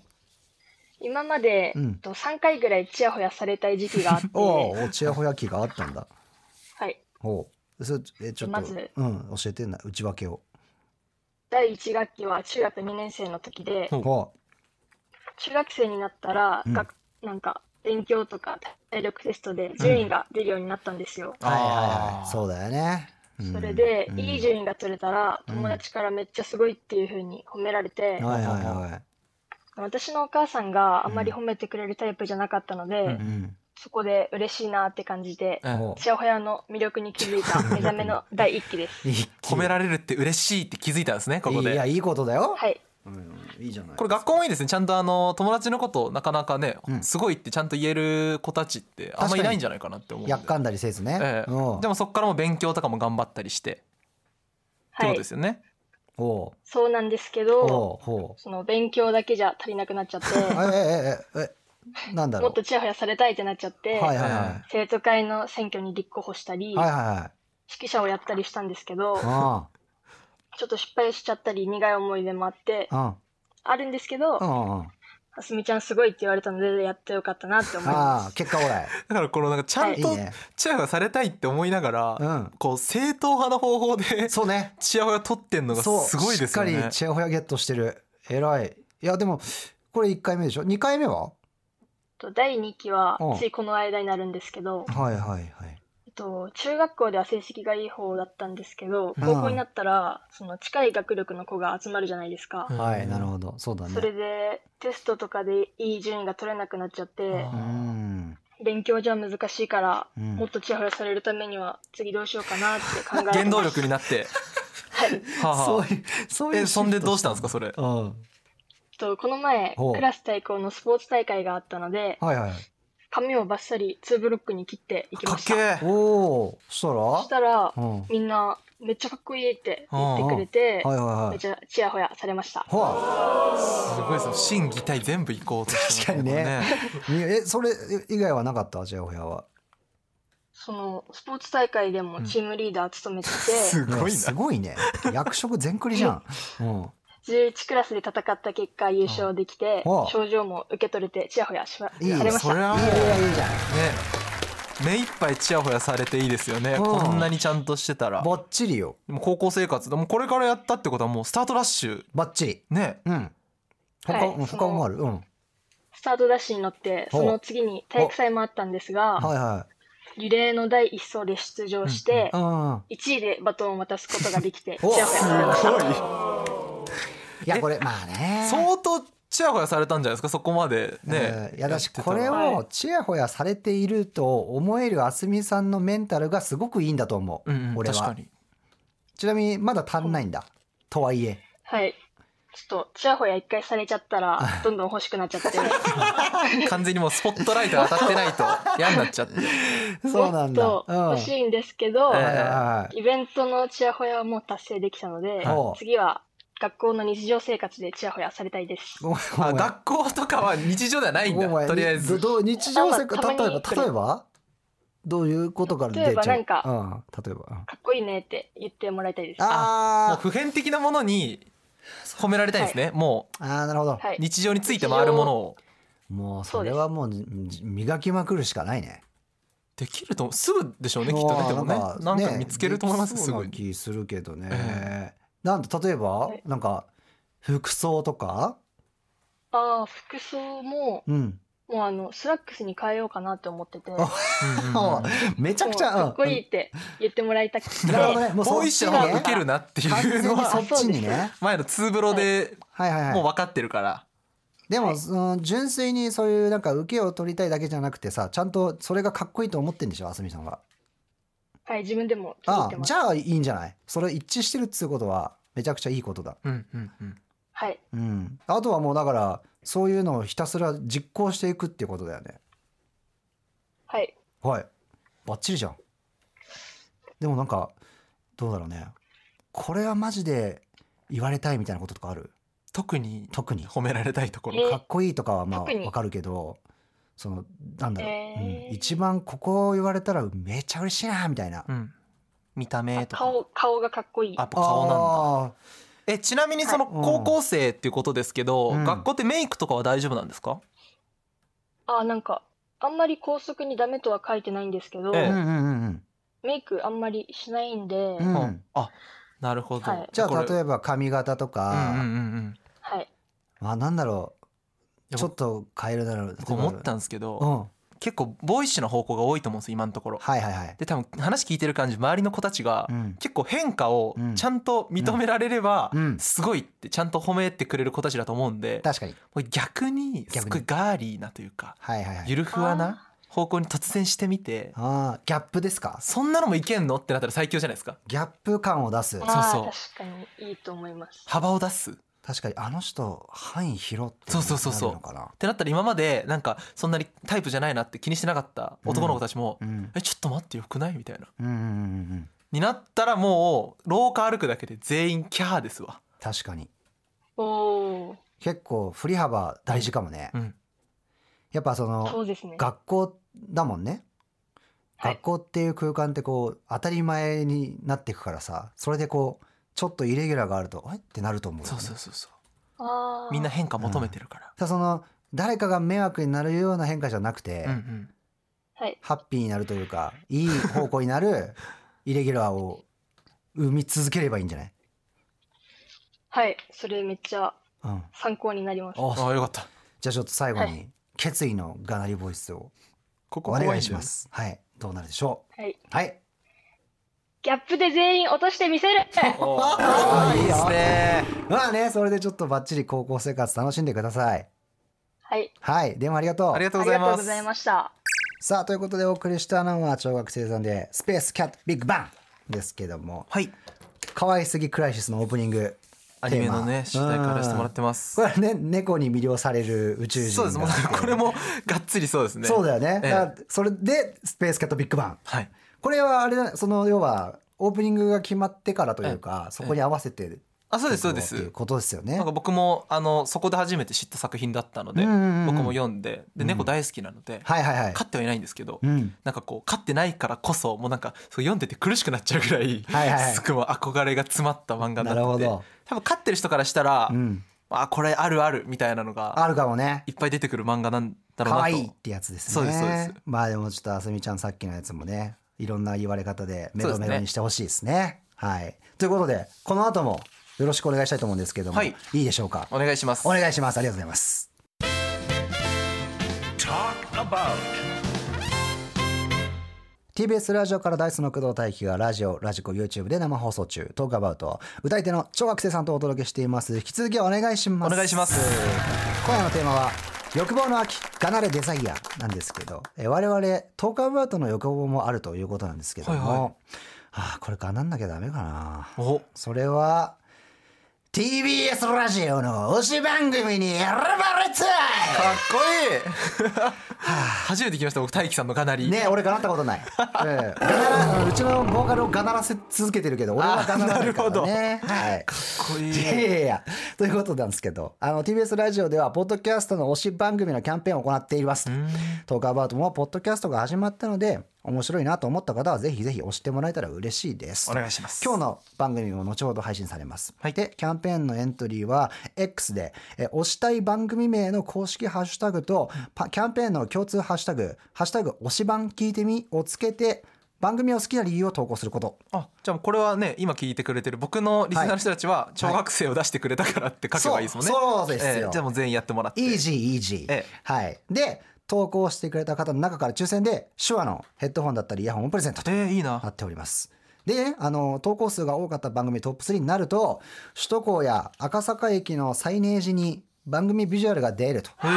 今まで、
うん
えっと3回ぐらいちやほやされたい時期があって、
おうおう、チヤホヤ期があったんだ。
はい。
おうそれえちょっと、
まず
うん、教えてな、内訳を。
第1学期は中学2年生の時で、
ほう
ほ
中学生になったら、
うん
学なんか勉強とか体力テストで順位が出るようになったんですよ。
う。はいはいは
あー
い。そうだよね。うん
それで、
うん
いい順位が取れたら、
うん
友達からめっちゃすごいっていう風に褒められ
は
て、
いはいは
私のお母さんがあんまり褒めてくれるタイプじゃなかったので、
い。うん。
そこで嬉しいなって感じで、
うん
ほう
ちやほやの魅力に気づ
(laughs)
いた目覚めの第一期です。
(laughs) 褒められるって嬉しいって気づいたんですねここ
いや、
で
いいことだよ。
はい。
うん、いいじゃない。
これ学校もいいですねちゃんとあの友達のことをなかなかね、
うん
すごいってちゃんと言える子たちってあんまりいないんじゃないかなって思うんで
やっかんだりせずね。
ええ
うん
でもそこからも勉強とかも頑張ったりしてってこ
は
と
い
で。すよね、
おう
そうなんですけ
お
ど、
うほ
その勉強だけじゃ足りなくなっち
(laughs)
ゃって、
う。えええええ、なんだろ
もっ
う。
とちやほやされたいってなっちゃって、
はいはいはい。
生徒会の選挙に立候補したり、
はいはいはい。
指揮者をやったりしたんですけど、
あ
ちょっと失敗しちゃったり苦い思い出もあって、
あ、
あるんですけど、
うん、う
(laughs)
ん、うん。
あすみちゃんすごいって言われたので、やってよかったなって思いま
ああ、
す。
結果オーライ。
だからこのなんかちゃん
いい
と
ね。
チヤホヤされたいって思いながら、
うん
こう正当派な方法 (laughs) で
そうね。
チヤホヤ取ってんのが
そう、
すごいですよ
しっか
ね
りチヤホヤゲットしてる。偉い。いや、でも、これ1回目でしょ ?2 回目は
と第2期は
うん、
ついこの間になるんですけど、
はいはいはい。
えっと、中学校では成績がいい方だったんですけど、
うん
高校になったら、その近い学力の子が集まるじゃないですか。
はい、なるほど。そうだ
それ
ね。
で、テストとかでいい順位が取れなくなっちゃって
あ
う、ん。
勉強じゃ難しいから、
うん
もっとちやほやされるためには、次どうしようかなって考えてます。
原動力になって
はい。
はあはあ
いう、そ
えそんでどうしたんですかそれ
うん。は
とこの前
ほう
クラス対抗のスポーツ大会があったので
いはい。
髪をバッサリ2ブロックに切っていき
か
ま
っ
し
け
た
え
おお、そしたら
そしたら
うん。はい
みんなめっちゃかっこいいって言ってくれて
はいは
め
い
っ。ちゃちやほやされました
ほら、
すごいですよ心技体全部いこうとしてます
確かにえ、それ以外はなかったチヤホヤは。
そのスポーツ大会でもチームリーダー務めて
すごい
す
な
ごいね。役職全クリじゃん。うん。
て、11クラスで戦った結果優勝できて
ほう
賞状も受け取れてちやほやしまさ
いいね
れまし
それ
た
はもう
いやいいじゃん。
ね目いっぱいチヤホヤされていいですよね、
うん
こんなにちゃんとしてたら
ばっちりよ。
でも高校生活でもこれからやったってことはもうスタートラッシュ
ばっちり。
ね
うん。他、
はい
うん
そ
他
の
もある。うん。
スタートダッシュに乗って
ほう
その次に体育祭もあったんですが
はいは
リレーの第1走で出場して
い。うん。
1位でバトンを渡すことができてち
お
やほやされました
いや、これ、まあね。
相当チヤホヤされたんじゃないですかそこまでね、
うんいやだし
ってた
これ
ら
は
をちやほやされていると思えるあすみさんのメンタルがすごくいいんだと思う、
うんうん
俺
確
は
かに
ちなみにまだ足んないんだとはいえ
はい。ちょっと、ちやほや一回されちゃったら、どんどん欲しくなっちゃって、
完全にもうスポットライトが当たっ
(laughs)
てないと嫌になっちゃって
そう
も
な
っ
んだ
と欲しいんですけど、
うん
はいはいはい
イベントのちやほやはもう達成できたので
はい、
次は学校の日常生活でちやほやされたいです。
ごめんごめ
あ
ん
学校とかは日常ではないん
ごめ
だ
ん
とりあえず
どどう日常生
あま
活
あ
例えば
たまに来る
例えばどういうことから
例えば
出ちゃう
なんか
うん、例えばうん
かっこいいねって言ってもらいたいです。
もう
あー
普遍的なものに褒められたいんですね、も
あーなるほど、
は
う
い。
日常について回るものを
もうそれはもうじ磨きまくるしかないね
できると思うすぐでしょうねきっとねでもねなんか見つけると思います
ね
すぐ
で
に
きそうな気するけどね、
え
なんと例えば
はい
なんか服装とか
ああ、服装も、
うん、
もうあの、スラックスに変えようかなって
(laughs)
思ってて、
ああめちゃくちゃ
もうかっこいい
い、
って言ってもらいたくて、
なるほどねもう
もう一
そ
社
っち
は
ね
受けるなって
完
い
全
うの
にそ
は
っちにね
前のツーブロで
はいはい
もう
はい
分かってるから、
でもその純粋にそういうなんか受けを取りたいだけじゃなくてさちゃんとそれがかっこいいと思ってんでしょあすみさんは
はい、自分でも気に入
あ
ってま
じ
す。
ゃあいいんじゃないそれ一致してるっつうことはめちゃくちゃいいことだ
うんうんうん、
はい。
うんあとはもうだからそういうのをひたすら実行していくっていうことだよね
はい。
はい。バッチリじゃん。でもなんか、どうだろうね。これはマジで言われたいみたいなこととかある
特に
特に。か
褒められたいところ、
え
っこいいとかはまあ
特に
わかるけど、その、なんだろう、
えー
うん一番ここを言われたらめっちゃ嬉しいな、みたいな。
うん、見た目とか
顔顔がかっこいい
あやっぱ顔なんだ
んだ
えちなみにその
はい
高校生っていうことですけど、
うん
学校ってメイクとかは大丈夫なんですか、
あなんかあんまり高速にダメとは書いてないんですけど、
え
う
え
んうんうん
メイクあんまりしないんで、
うん、う
うんん、あなるほど、
はい
じゃ
こ
あ
れ
例えば髪型とか、
うんうんうんうん
はい
まあなんだろう
でも
ちょっと変えるだろう
僕思ったんですけど、
うんはい
結構ボーイッシュな方向が多いと思うんです今のところ
はいはい
で多分話聞いてる感じ周りの子たちが
うん
結構変化を
うん
ちゃんと認められれば
うん
すごいってちゃんと褒めてくれる子たちだと思うんで
確かに
これ逆に
逆に
すごいガーリーなというか
はいはいはい
ゆるふわな方向に突然してみて
あーギャップですか
そんなのもいけんのってなったら最強じゃないですか
ギャップ感を出す
う
あ
そう
ー確かにいいと思います
幅を出すっ
確かにあの人範囲広って
そうそうそうそう
なるのかな
てなったら今までなんかそんなにタイプじゃないなって気にしてなかった男の子たちも
うん
「えちょっと待ってよくない?」みたいな
うんうんうんうん
になったらもう廊下歩くだけで全員キャーですわ
確かに
おお
結構振り幅大事かもね、
うん
やっぱそ
そ
の
うですね
学校だもんね
はい
学校っていう空間ってこう当たり前になっていくからさそれでこうちょっとイレギュラーがあるとえってなると思うよね、
そうそうそうそう
あー
みんな変化求めてるから。
ただその誰かが迷惑になるような変化じゃなくて、
うんうん、
はい
ハッピーになるというかいい方向にな
(laughs)
るイレギュラーを生み続ければいいんじゃない、
はいそれめっちゃ
うん、
参考になります
ああよかった。
じゃあちょっと最後
は
に決意のがなりボイスを
こ
お願いしま。す。はい、どうなるでしょう。
はい
はい、
ギャップで全員落としてみせる
あ
あ
ーいい
い
で
いですすね。
まあね、それでちょっとバッチリ高校生活楽しんでください。
はい
はい、でもありがとう。
ありがとう
あ
ご
り
ざ
が
いま
とうご
す
ざ。いました
さあということでお送りしたのは小学生さんでスペースキャットビッグバンですけども、
はい、
可愛すぎクライシスのオープニング。
アニメ
テーマ
のね主題からしてもらってます
こ。れね、猫に魅了される宇宙人
そうです。もう
が
なんかこれもがっつりそうですね。
そうだよね。
ええ
だからそれでスペースキャットビッグバン。
はい。
これはあれだ、その要はオープニングが決まってからというか、そこに合わせて。
あそうですそうで
ってい
す。
ことですよね。
なんか僕もあのそこで初めて知った作品だったので、
うんうんうん
僕も読んでで猫大好きなので、
はいはいはい。
飼ってはいないんですけど。
うん。
なんかこう飼ってないからこそもうなんかそう読んでて苦しくなっちゃうぐらい、
はいはいはい
すごい憧れが詰まった漫画に
な
な
るほ
ってて
ど
多分飼ってる人からしたら、
うん。
あこれあるあるみたいなのが
あるかもね。
いっぱい出てくる漫画なんだろうなと
可愛いってやつですね。
そうですそうです
まあでもちょっとあすみちゃんさっきのやつもね、いろんな言われ方でメロメ
そうで
ロ
す
に
ね
してほしいですね。はい。ということで、この後もよろしくお願いしたいと思うんですけども、
はいい、
いでしょうか。
お願いします
お願いします。ありがとうございます。
Talk about.
TBS ラジオからダイスの工藤大輝がラジオ、ラジコ、YouTube で生放送中、トークアバウト、歌い手の小学生さんとお届けしています。引き続きお願いします。
お願いします
今夜のテーマは、欲望の秋、がなれデザイアなんですけど、え我々、トークアバウトの欲望もあるということなんですけども、
はいはい
ああ、これがなんなきゃダメかな。
お
それは、TBS ラジオの推し番組に選ばれたい
かっこいい (laughs) 初めて来ました僕大輝さんのかなり
ね俺がなったことない、 (laughs) ええガナラうちのボーカルをがならせ続けてるけど俺はがならないからねはい
かっこい
(laughs) いやい
い
やいやということなんですけどあの TBS ラジオではポッドキャストの推し番組のキャンペーンを行っていますトークアバウトもポッドキャストが始まったので面白いなと思った方はぜひぜひ押してもらえたら嬉しいです
お願いします
今日の番組も後ほど配信されます、
はい
でキャンペーンのエントリーは X でえ押したい番組名の公式ハッシュタグとパキャンペーンの共通ハッシュタグ「ハッシュタグ推し番聞いてみ」をつけて番組を好きな理由を投稿すること
あじゃあこれはね今聞いてくれてる僕のリスナーの人たちは小学生を出してくれたからって書けばいいですもんね
そうそうですよ
ええじゃあもう全員やってもらって
イージーイージー、
ええ
はいで投稿してくれた方の中から抽選で手話のヘッドホンだったりイヤホンをプレゼントと
ええいい
な
な
っております。でね、あの、投稿数が多かった番組トップ3になると、首都高や赤坂駅のサイネージに番組ビジュアルが出ると。
へえ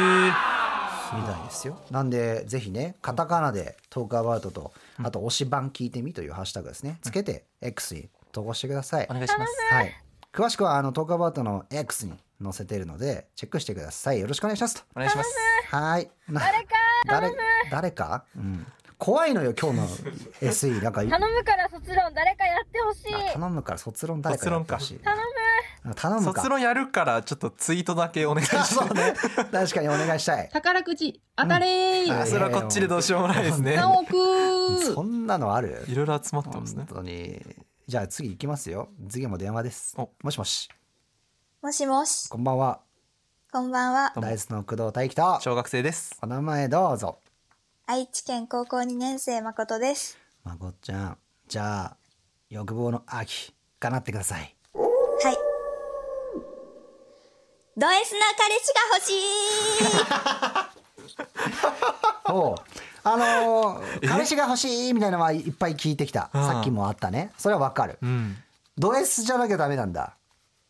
みたいですよ。なんで、ぜひね、カタカナでトークアバウトと、あと、推し版聞いてみというハッシュタグですね。つけて、X に投稿してください。
お願いします
はい。詳しくは、あの、トークアバウトの X に載せているので、チェックしてください。よろしくお願いしますと。
お願いします
はい。誰か誰誰か、うん、怖いのよ、今日の SE。なんか
頼むから卒論誰かやってほしい
あ頼むから卒論誰かやってほしい
卒
頼む頼むか
卒論やるからちょっとツイートだけお願いしま
(laughs)
す
そうね確かにお願いしたい
宝くじ当たれ
うん
ー
あそれはこっちでどうしようもないですね
何億
そんなのある
いろいろ集まってます
本
ね
当にじゃあ次行きますよ次も電話です
お
もしもし
もしもし、
こんばんは
こんばんは。
どうも
ダイスの工藤大輝と
小学生です
お名前どうぞ
愛知県高校2年生誠です。
まこっちゃんじゃあ欲望の秋かなってくだ
(laughs)
さい
はい。ド S な彼氏が欲しい
おうあのー、彼氏が欲しいみたいなのはいっぱい聞いてきた
うん
さっきもあったねそれはわかる
うん
ド S じゃなきゃダメなんだ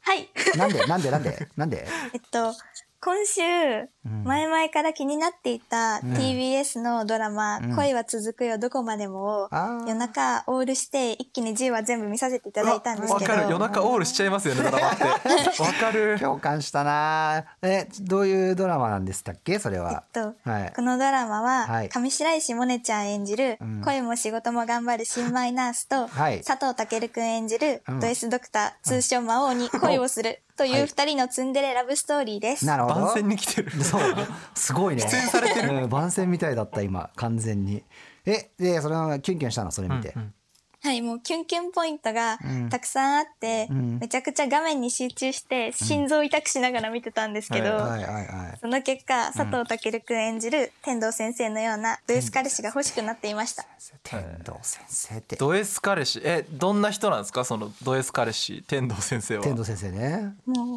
はい。
なん
(laughs)
でなんでなんでなんで
えっと、今週、
ん
前々から気になっていた TBS のドラマ、
うん
恋は続くよどこまでもを、
あー
夜中オールして一気に10話全部見させていただいたんです
わ
け
かる夜
ど、
中オールしちゃいますよねドラマって
(laughs)
わかる
共感したなえどういうドラマなんでしたっけそれ
えっ
は
と、
はい
このドラマは、
はい
上白石萌音ちゃん演じる、
うん
恋も仕事も頑張る新米ナースと、
はい
佐藤健くん演じる、
うん
ド S ドクター、通称魔王に恋をすると
はいいう
二人のツンデレラブストーリーです。
なるほど
番宣に来てる
そう (laughs) すごいね
出演されて
る、うん番宣みたいだった今完全にえでそれはキュンキュンしたのそれ見て、
うんうん
はい、もうキュンキュンポイントが
うん
たくさんあって、
うん
めちゃくちゃ画面に集中して、心臓痛くしながら見てたんですけど、
はいはいはい
その結果、佐藤健くん演じる天童先生のようなド S 彼氏が欲しくなっていました。
天童先生って
ド S 彼氏えどんな人なんですかそのド S 彼氏天童先生は
天童先生ね
もう、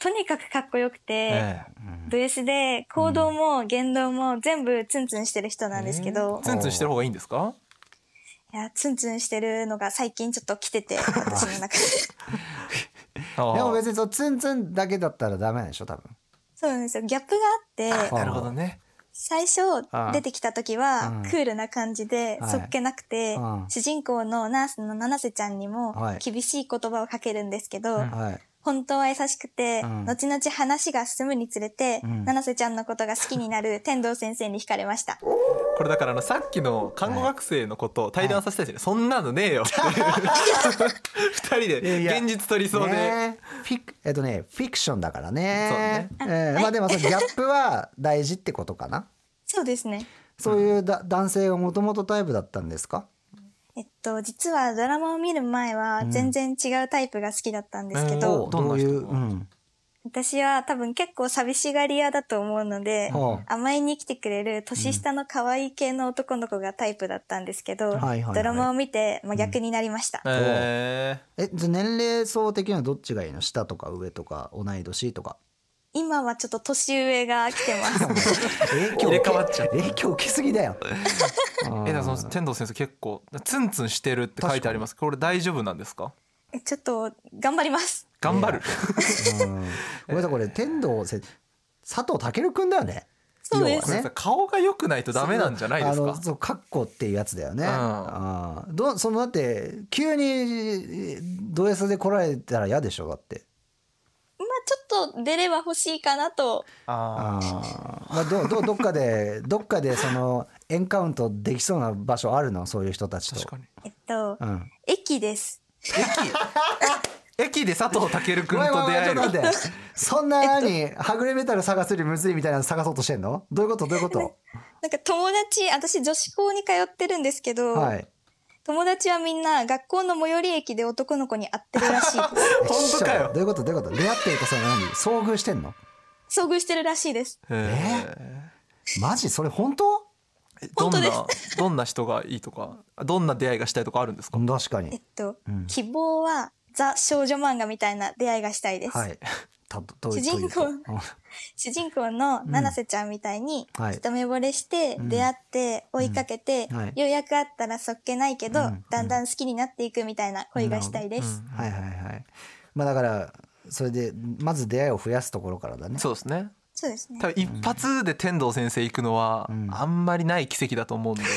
とにかくかっこよくて、
ええ
ド S で行動も言動も全部ツンツンしてる人なんですけど、
ツンツンしてる方がいいんですか
いやツンツンしてるのが最近ちょっと
(laughs)
来てて私の中で
ああ
でも別にそうツンツンだけだったらダメなんでしょ多分
そうなんですよギャップがあって
あ
なるほどね
最初
あ
出てきた時
うん
はクールな感じで
はい
そっけなくて、
うん
主人公のナースの七瀬ちゃんにも
はい
厳しい言葉をかけるんですけど、
はい
本当は優しくて、
うん
後々話が進むにつれて、
ん
七瀬ちゃんのことが好きに
(laughs)
なる天童先生に惹かれました。
これだからあのさっきの看護学生のことを対談させたいですね、そんなのね
(laughs)
えよ二人
いや
で現実取りそうで、
ねフィクえっとねフィクションだからね
そ
ええまあでもそのギャップは大事ってことかな
そうですね。
そういうだ男性がもともとタイプだったんですか
えっと、実はドラマを見る前は全然違うタイプが好きだったんですけ
お
ど、
うどんな人
いう、うん、
私は多分結構寂しがり屋だと思うので、
ほう
甘えに来てくれる年下の可愛い系の男の子がタイプだったんですけど、
はいはいはい
ドラマを見て真逆になりました。
え
えじゃあ年齢層的にはどっちがいいの下とか上とか同い年とか
今はちょっと年上が来てます。
(laughs) 影響
入れ替わっちゃう
影響受けすぎ
(laughs)
だよ
ー、えだからその天童先生結構ツンツンしてるって書いてありますこれ大丈夫なんですか
えちょっと頑張ります。
頑張る、
うんごめんなさいこれ天童先佐藤健くんだよね
そうで
要
す
は
これさ顔が良くないとダメなんじゃないです
あ
か
のそうカッコっていうやつだよね、
うん
あーどそのだって急にド S で来られたら嫌でしょだって
まあちょっと出れば欲しいかなと。
あ
あーまあどどどっかでどっかでそのエンカウントできそうな場所あるのそういう人たち
ー
と
確かに
えっと、
うん
駅です。
駅で佐藤健
ご
君
めんご
と
め
出
んちょっ
会える
と待ってそんな何はぐれメタル探すよりむずいみたいなの探そうとしてんのどういうことどういうこ
なんか友達、私女子校に通ってるんですけど、
とはい
友達はみんな学校の最寄り駅で男の子に会ってるらしいです。
本当かよ
どういうことどういうこと出会ってるとその何遭遇してんの (laughs)
遭遇してるらしいです。
え
マジそれ本当
ーどん
本
などんな人がいいとかどんな出会いがしたいとかあるんですか、
確か
えっ
に
と、
うん
希望はザ少女漫画みたいな出会いがしたいです。
はいたどどう
主
いう
人公
どういうとうん
主人公の七瀬ちゃんみたいに、
はい
一目惚れして、
ん
出会って、追いかけて、
うんはい
ようやく会ったらそっけないけど、
うん
だんだん好きになっていくみたいな恋がしたいです。
はいはいはいまあだからそれでまず出会いを増やすところからだね
そうですね
そうですね。
多分一発で天童先生行くのは
ん
あんまりない奇跡だと
(laughs)
思うんで、
はい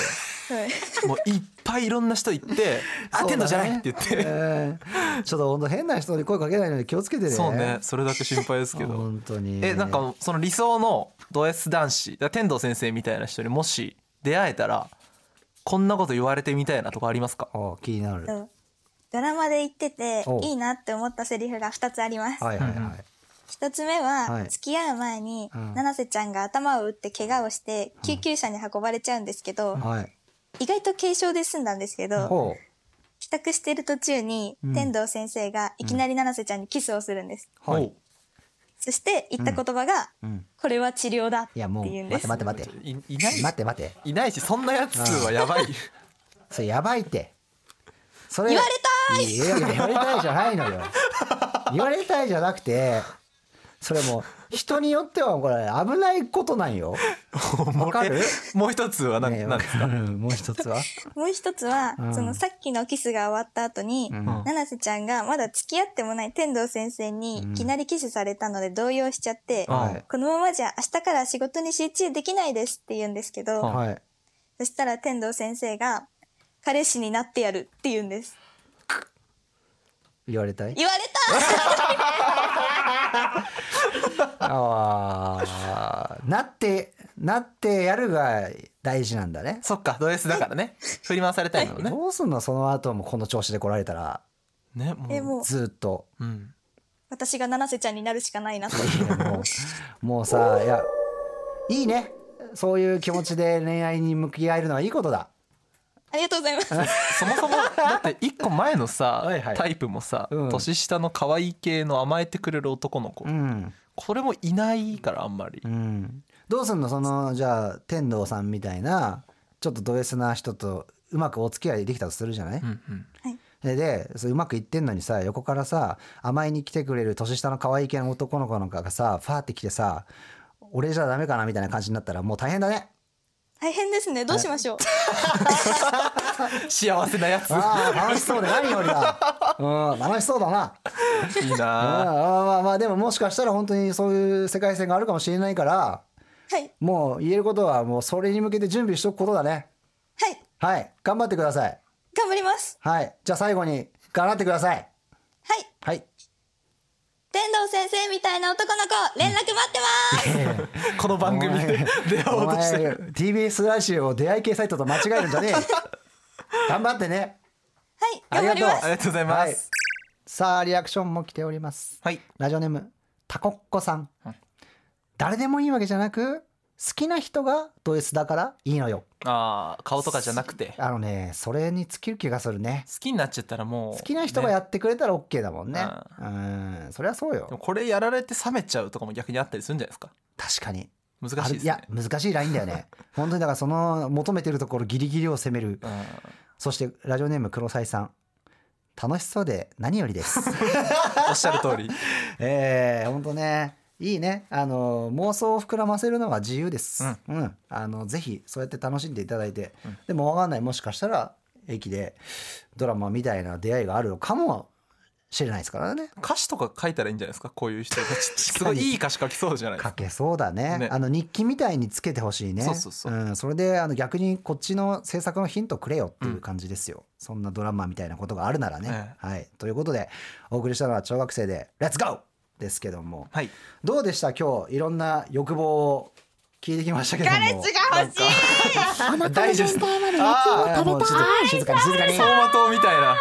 もういっぱいいろんな人行って「あ、天童じゃない!」って言って、
えーちょっと本当変な人に声かけないのに気をつけてね
そうねそれだけ心配ですけど
本当に
えなんかその理想のド S 男子だから天童先生みたいな人にもし出会えたらこんなこと言われてみたいなとかありますか
お気になる
とドラマで言ってて
おう
いいなって思ったセリフが2つあります。
はいはいはい。
1つ目は、
はい
付き合う前に、
うん
七瀬ちゃんが頭を打って怪我をして救急車に運ばれちゃうんですけど、
はい。
意外と軽傷で済んだんですけど、
ほ
帰宅してる途中に、
うん
天童先生がいきなり七瀬ちゃんにキスをするんです。
う。はい。
そして言った言葉が、
うん。
これは治療だっ
い
てい
やもう
うん
待
で
っ
す。
て待って待って。
いいない
待って待って。
いないしそんなやつはやばい
それやばいって。それ
言われ
たいやいや言われたいじゃないのよ。言われたいじゃなくて、それもう人によってはこれ危ないことなんよ。わかる？
え (laughs) もう一つは何,、
ねえ
なんですか、
わる (laughs) もう一つは。
もう一つは、
うん
そのさっきのキスが終わった後に、
うん
七瀬ちゃんがまだ付き合ってもない天童先生に
うん
いきなりキスされたので動揺しちゃって、
あ
はい
このままじゃ明日から仕事に集中できないですって言うんですけど、
あ
はい。
そしたら天童先生が、彼氏になってやるって言うんです。
言われたい。
言われ
ああ、なってなってやるが大事なんだね。
そっかド S だからね振り回されたいのね
どうすんのその後もこの調子で来られたら
ね
(laughs)
たえ、
もう
もう、
ずーっと。
うん
私が七瀬ちゃんになるしかないなと。
(laughs) いやもうもうさいやいいねそういう気持ちで恋愛に向き合えるのはいいことだ
ありがとうござ
(laughs)
います。
そもそもだって一個前のさ
はいはい
タイプもさ、
うん
年下の可愛い系の甘えてくれる男の子、
うん、
これもいないからあんまり、
うん、どうすんのそのじゃあ天童さんみたいなちょっとド S な人とうまくお付き合いできたとするじゃない、
うんうん、
ででそううまくいってんのにさ横からさ甘えに来てくれる年下の可愛い系の男の子なんかがさファーって来てさ俺じゃダメかなみたいな感じになったらもう大変だ
(laughs)
ね
大変ですね。どうしましょう。
幸せなやつ
ああ楽しそうで何よりだ、うん、楽しそうだない
い
あ
なあ
あまあまあでももしかしたら本当にそういう世界線があるかもしれないから
はい。
もう言えることはもうそれに向けて準備しとくことだね
はい。
はい頑張ってください
頑張ります。
はいじゃあ最後に頑張ってください
はい。
はい
天童先生みたいな男の子、連絡待ってます。
この番組で出会お
お
うとして
前
る
TBS ラジオを出会い系サイトと間違えるんじゃねえよ頑張ってね
はい。頑張り (laughs) ます。
ありがとうございます
さあリアクションも来ております
はい、
ラジオネームタコッコさん
うん
誰でもいいわけじゃなく好きな人がド S だからいいのよ
ああ顔とかじゃなくて好
あのねそれに尽きる気がするね
きになっちゃったらもう
好きな人がやってくれたら OK だもんね
ね
うんそりゃそう
でも
よ
これやられて冷めちゃうとかも逆にあったりするんじゃないですか
確かに
難しいです
あ
ね
るいや難しいラインだよ
(laughs)
ね本当にだからその求めてるところギリギリを攻める
うん
そしてラジオネーム黒沢さん楽しそうで何よりです
(laughs) おっしゃる通り
ええ本当ねいいねあの妄想を膨らませるのは自由ですうん、あのぜひそうやって楽しんでいただいて、
うん
でもわかんないもしかしたら駅でドラマみたいな出会いがあるのかもしれないですからね
歌詞とか書いたらいいんじゃないですかこういう人た (laughs) ちすごいいい歌詞書きそうじゃないです
書
か
けそうだね
ね
あの日記みたいにつけてほしいね、
そうそうそうん
それであの逆にこっちの制作のヒントくれよっていう感じですよ、そんなドラマみたいなことがあるならね、
え
はいということでお送りしたのは小学生で「レッツゴー!」ですけども
はい
どうでした今日いろんな欲望を (laughs) 聞いてきましたけども
彼氏が欲しい
お腹
大
の
事です
限界まで
あ
焼
ー
き
も
芋
う
食べたい
ちょっと静かに静かに
走馬灯みたいな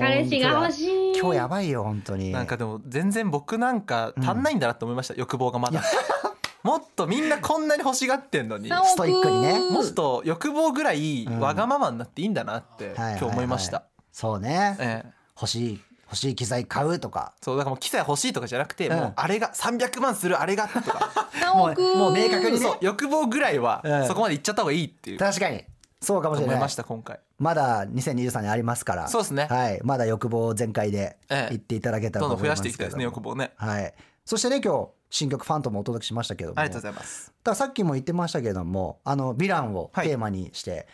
彼氏が欲しい。
い今日やばいよ本当に
なんかでも全然僕なんか足んないんだなって思いました、欲望がまだ (laughs) もっとみんなこんなに欲しがってんのに
な
も
お
ストイックにね
っと欲望ぐらい
うん
わがままになっていいんだなって
は
今日思いました、
そうね、
ええ
欲しい欲しい機材買うとか
そうだからもう機材欲しいとかじゃなくて、
うん
もうあれが300万するあれがとか
何億
もう明確にね
(laughs) そう欲望ぐらいは
うん
そこまでいっちゃった方がいいっていう
確かにそうかもしれ
思
ないい
ました今回
まだ2023年ありますから。
そうですね
はい。まだ欲望全開で
ええ
行っていただけたらと
どんどん
思
増
いま
や
す
していきたいですね欲
望。
望ね
はい。そしてね、今日、新曲ファントムをお届けしましたけども。
ありがとうございます
たださっきも言ってましたけれども、あの、ヴィランをテーマにして、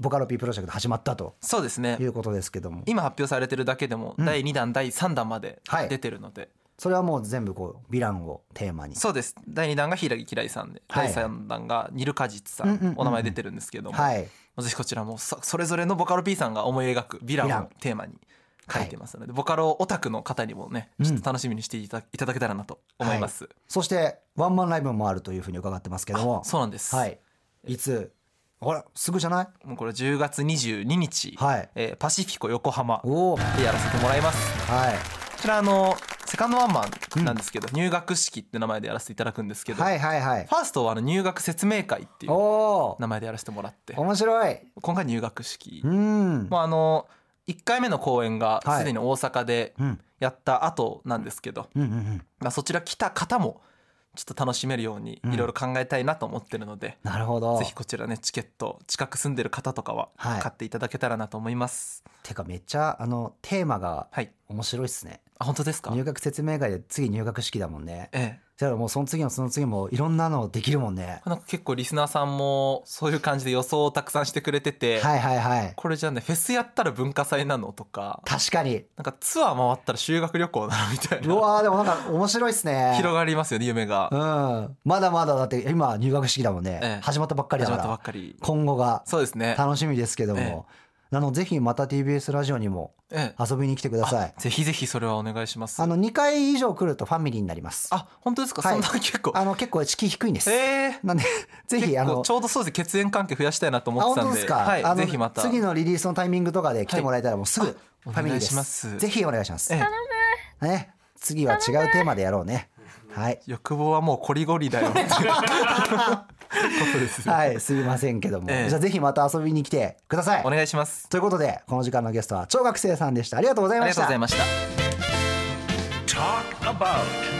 ボカロ P プロジェクト始まったと
そうですね
いうことですけども、
今発表されてるだけでも
うん
第2弾第3弾まで
はい
出てるので、
それはもう全部こう、ヴィランをテーマに。
そうです第2弾が柊木らいさんで、
はいはい
第3弾がニルカジツさ
うんうんうんうん
んお名前出てるんですけども、
はい。
ぜひこちらもそそれぞれのボカロ P さんが思い描くヴィラ
ヴィラ
ン
ン
をテーマに書いてますので、ボカロオタクの方にもね
うん
ちょっと楽しみにしていたいただけたらなと思います、
そして、ワンマンライブもあるというふうに伺ってますけども、
そうなんです、
はい。いつ、あらすぐじゃない
もうこれ10月22日、
はい
えーパシフィコ横浜
おおはい
でやらせてもらいますこちらあのセカンドワンマンなんですけど、入学式って名前でやらせていただくんですけど、
はいはいはい
ファーストはあの入学説明会っていう
おお
名前でやらせてもらって
面白い
今回入学式、
うん
もうあの1回目の公演が
はい
すでに大阪で
うん
やった後なんですけど、
うんうんうん
まあ、そちら来た方もちょっと楽しめるように
うん
いろいろ考えたいなと思ってるので、
なるほど
ぜひこちらねチケット近く住んでる方とかは
はい
買っていただけたらなと思います。
てかめっちゃあのテーマが
はい、
面白いっすね
あ本当ですか
入学説明会で次入学式だもんね
ええ
じゃあもうその次もその次もいろんなのできるもんね
なんか結構リスナーさんもそういう感じで予想をたくさんしてくれてて、
はいはいはい
これじゃあねフェスやったら文化祭なのとか
確かに
なんかツアー回ったら修学旅行なのみたいうな
わーでもなんか面白いっすね
広がりますよね夢が
うんまだまだだって今入学式だもんね、
ええ
始まったばっかりだ
始ま
か
ったばっ
ら
かり
今後が
そうですね、
楽しみですけども、
ええ
なのでぜひまた TBS ラジオにも
ええ
遊びに来てください
ぜひぜひそれはお願いします
あの2回以上来るとファミリーになります
あ本当ですか、
はい
そんな結構
あの結構敷居低いんです、
ええ
なんで (laughs) ぜひあ
結
の
構ちょうどそうですね血縁関係増やしたいなと
あ
思っ
本
てた
当
ん
で
です
か、あ
はい、
の
ぜひまた
次のリリースのタイミングとかで来てもらえたらもうすぐフ
お
ァミリー
願い
です、
します
ぜひお願いします、
ええ
ね、次は違うテーマでやろうねはい
欲望はもうこりごりだ
(laughs)
よっていうことです、
はいすいませんけども、
ええ
じゃあぜひまた遊びに来てください
お願いします
ということでこの時間のゲストは超学生さんでしたありがとうござい
あり
ま
が
し
とうござい
た
まし
Talk
た
about.